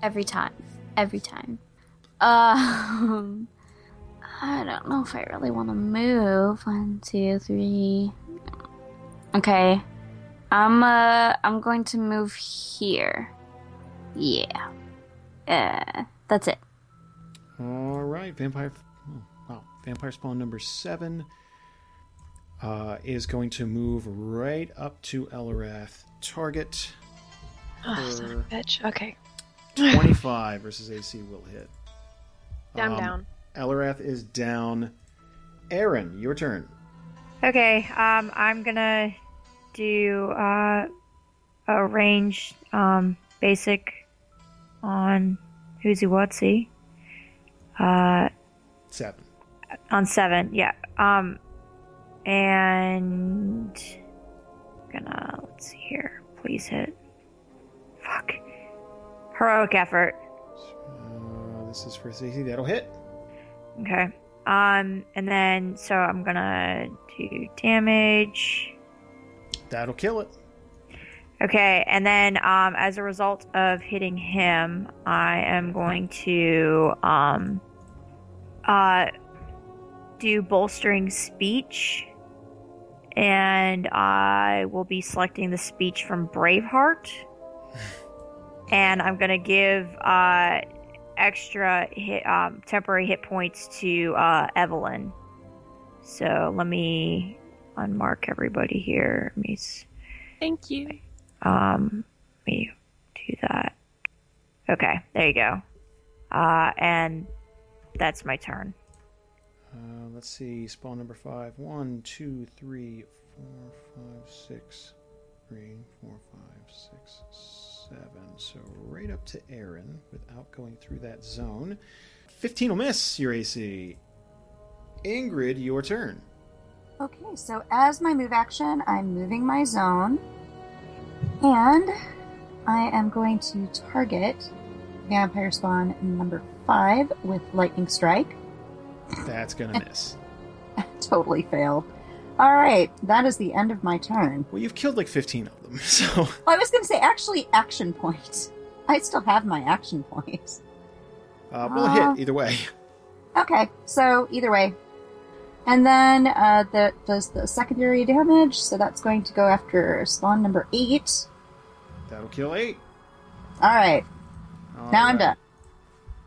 Speaker 7: every time. Every time. Um, [laughs] I don't know if I really want to move. One, two, three. Okay, I'm uh, I'm going to move here. Yeah. Uh, that's it.
Speaker 2: All right, vampire. oh, wow, vampire spawn number seven uh, is going to move right up to Elrath. Target
Speaker 3: Oh, son of a
Speaker 2: her
Speaker 3: bitch. Okay. [laughs]
Speaker 2: twenty-five versus AC will hit.
Speaker 3: Down,
Speaker 2: Um,
Speaker 3: down.
Speaker 2: Elrath is down. Aaron, your turn.
Speaker 4: Okay, um, I'm gonna do uh, a range um, basic on who's he what's he uh,
Speaker 2: Seven.
Speaker 4: on seven, yeah. Um, and gonna let's see here, please hit. Fuck, heroic effort.
Speaker 2: Uh, this is for AC. That'll hit.
Speaker 4: Okay. Um, and then so I'm gonna do damage.
Speaker 2: That'll kill it.
Speaker 4: Okay, and then um, as a result of hitting him, I am going to um, uh, do bolstering speech, and I will be selecting the speech from Braveheart, and I'm going to give uh, extra hit, um, temporary hit points to uh, Evelyn. So let me unmark everybody here. Let me. s-
Speaker 8: Thank you.
Speaker 4: um, let me do that. Okay, there you go. Uh, and that's my turn.
Speaker 2: Uh, let's see. Spawn number five. One, two, three, four, five, six. Three, four, five, six, seven. So right up to Aaron without going through that zone. 15 will miss your AC. Ingrid, your turn.
Speaker 1: Okay, so as my move action, I'm moving my zone, and I am going to target Vampire Spawn number five with Lightning Strike. [laughs]
Speaker 2: That's going to miss.
Speaker 1: totally failed. All right, that is the end of my turn.
Speaker 2: Well, you've killed like 15 of them. [laughs] So
Speaker 1: Oh, I was going to say, actually, action point. [laughs] I still have my action point.
Speaker 2: uh, we'll hit either way.
Speaker 1: Okay, so either way. And then uh, that does the secondary damage, so that's going to go after spawn number eight.
Speaker 2: That'll kill eight.
Speaker 1: All right,
Speaker 2: All
Speaker 1: now I'm
Speaker 2: right.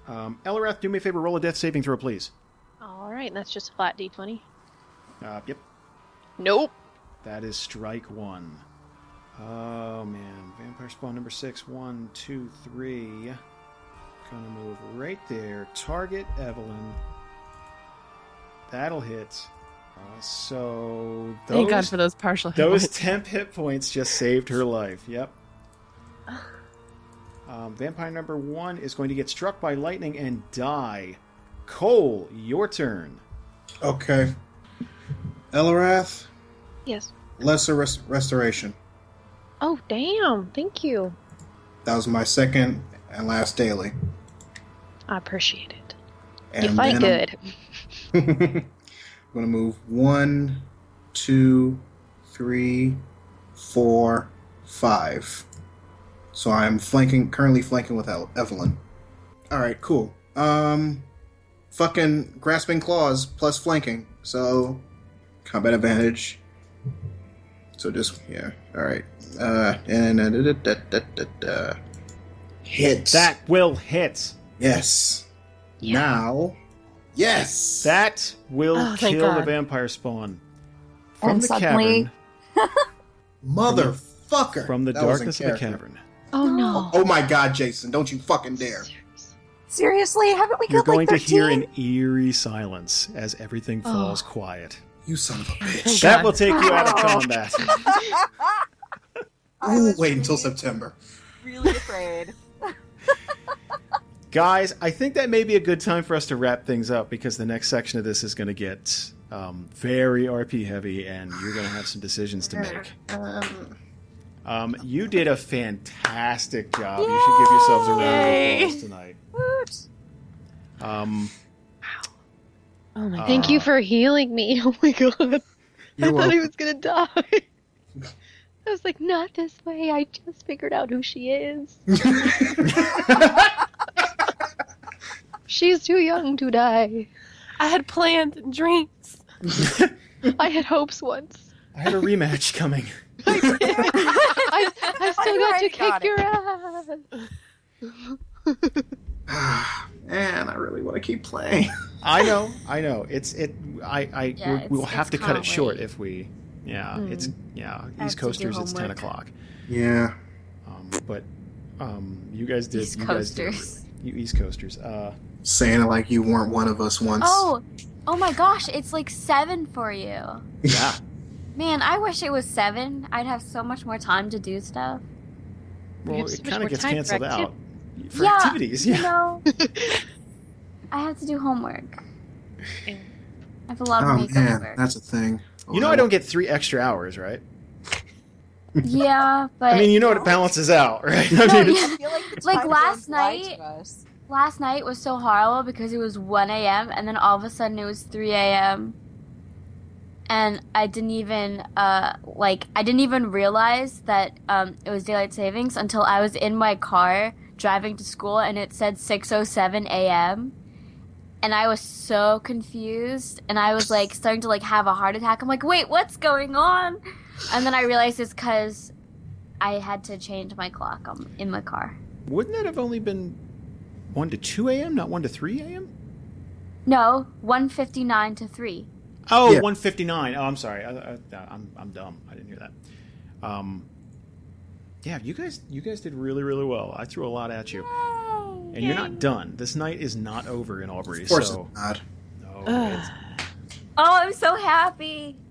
Speaker 1: done.
Speaker 2: Um, Elrath, do me a favor. Roll a death saving throw, please.
Speaker 3: All right, that's just a flat d20.
Speaker 2: Uh, yep.
Speaker 3: Nope.
Speaker 2: That is strike one. Oh man, vampire spawn number six. One, two, three. Gonna move right there. Target Evelyn. That'll hit. Uh, so those,
Speaker 8: Thank God for those partial
Speaker 2: [laughs]
Speaker 8: hit
Speaker 2: those
Speaker 8: points.
Speaker 2: temp hit points just saved her life.
Speaker 8: [sighs]
Speaker 2: Yep. Um, vampire number one is going to get struck by lightning and die. Cole, your turn.
Speaker 6: Okay. Elarath,
Speaker 3: Yes.
Speaker 6: Lesser res- Restoration.
Speaker 3: Oh, damn. Thank you.
Speaker 6: That was my second and last daily.
Speaker 3: I appreciate it.
Speaker 6: And
Speaker 3: you fight
Speaker 6: then
Speaker 3: good.
Speaker 6: [laughs] I'm, I'm gonna move one, two, three, four, five. So I'm flanking, currently flanking with El- Evelyn. All right, cool. Um, fucking grasping claws plus flanking, so combat advantage. So just yeah, all right. Uh, and uh, da, da, da, da, da. hits
Speaker 2: That will hit.
Speaker 6: Yes. Now. Yes.
Speaker 2: That will
Speaker 8: Oh, thank
Speaker 2: kill the
Speaker 8: God.
Speaker 2: vampire spawn. From
Speaker 1: And
Speaker 2: the
Speaker 1: suddenly-
Speaker 2: cavern,
Speaker 6: motherfucker.
Speaker 2: from the
Speaker 6: That was in
Speaker 2: darkness of the
Speaker 6: character.
Speaker 2: cavern,
Speaker 3: Oh, no.
Speaker 6: Oh my god, Jason, don't you fucking dare.
Speaker 1: Seriously, haven't we
Speaker 2: you're
Speaker 1: got like
Speaker 2: going to
Speaker 1: 13?
Speaker 2: hear [laughs] an eerie silence as everything falls quiet.
Speaker 6: You son of a bitch.
Speaker 2: That
Speaker 8: Oh. God.
Speaker 2: will take you
Speaker 8: [laughs]
Speaker 2: out of combat.
Speaker 1: I
Speaker 6: Ooh,
Speaker 1: was
Speaker 6: wait until
Speaker 1: really,
Speaker 6: September.
Speaker 1: Really afraid.
Speaker 2: Guys, I think that may be a good time for us to wrap things up because the next section of this is going to get um, very RP heavy and you're going to have some decisions to make. Um, you did a fantastic job. You should give yourselves a round of applause tonight. Um,
Speaker 8: Oh my
Speaker 3: Thank you for healing me. [laughs] Oh, my God. I
Speaker 6: You're
Speaker 3: thought he
Speaker 6: welcome.
Speaker 3: was going to die. [laughs] I was like, not this way. I just figured out who she is. She's too young to die.
Speaker 8: I had planned dreams.
Speaker 3: I had hopes once.
Speaker 2: I had a rematch [laughs] coming.
Speaker 3: I, I still got to
Speaker 5: already
Speaker 3: kick
Speaker 5: got
Speaker 3: your
Speaker 5: it.
Speaker 3: ass.
Speaker 6: [sighs] Man, I really want to keep playing.
Speaker 2: I know, I know. It's it. I I
Speaker 7: Yeah,
Speaker 2: we- we'll
Speaker 7: it's-
Speaker 2: have to
Speaker 7: it's
Speaker 2: cut it
Speaker 7: can't
Speaker 2: short
Speaker 7: wait.
Speaker 2: if we. Yeah, it's yeah.
Speaker 7: have
Speaker 2: East
Speaker 7: to do
Speaker 2: coasters. It's ten
Speaker 7: homework.
Speaker 2: o'clock.
Speaker 6: Yeah.
Speaker 2: Um, but um, you guys did.
Speaker 7: East
Speaker 2: you guys did
Speaker 7: Coasters. [laughs]
Speaker 2: really- You East coasters. Uh,
Speaker 6: Saying it like you weren't one of us once.
Speaker 7: Oh, oh my gosh, it's like seven for you. [laughs]
Speaker 2: yeah.
Speaker 7: Man, I wish it was seven. I'd have so much more time to do stuff.
Speaker 3: have
Speaker 2: Well,
Speaker 3: so
Speaker 2: it
Speaker 3: much
Speaker 2: kind
Speaker 3: more
Speaker 2: of gets
Speaker 3: time for
Speaker 2: canceled out for
Speaker 7: Yeah,
Speaker 2: activities. Yeah.
Speaker 7: You
Speaker 2: [laughs]
Speaker 7: know, I have to do homework.
Speaker 3: Yeah.
Speaker 7: I have a lot of
Speaker 6: Oh,
Speaker 7: makeup
Speaker 6: man,
Speaker 7: work.
Speaker 6: that's a thing. Oh,
Speaker 2: You know I don't get three extra hours, right?
Speaker 7: Yeah, but
Speaker 2: I mean, you know it balances out, [laughs] right? I
Speaker 7: No,
Speaker 2: mean, it's-
Speaker 7: yeah.
Speaker 5: feel like,
Speaker 7: Like
Speaker 5: time
Speaker 7: last
Speaker 5: zones lie
Speaker 7: night-
Speaker 5: to us.
Speaker 7: last night was so horrible because it was 1 a.m. and then all of a sudden it was 3 a.m. And I didn't even uh, like I didn't even realize that um, it was daylight savings until I was in my car driving to school and it said 6:07 a.m. And I was so confused and I was like starting to like have a heart attack. I'm like, wait, what's going on? And then I realized it's because I had to change my clock um, in my car.
Speaker 2: Wouldn't that have only been one to two a.m., not one to three a.m.?
Speaker 7: No, 1:59 to 3.
Speaker 2: Oh,
Speaker 6: Yeah.
Speaker 2: 159. Oh, I'm sorry. I, I, I'm, I'm dumb. I didn't hear that. Um, yeah, you guys you guys did really really well. I threw a lot at you,
Speaker 7: Oh,
Speaker 2: and you're not done. This night is not over in Aubrey.
Speaker 6: Of course
Speaker 2: so
Speaker 6: it's not.
Speaker 2: no,
Speaker 8: Ugh.
Speaker 2: it's-
Speaker 7: Oh, I'm so happy.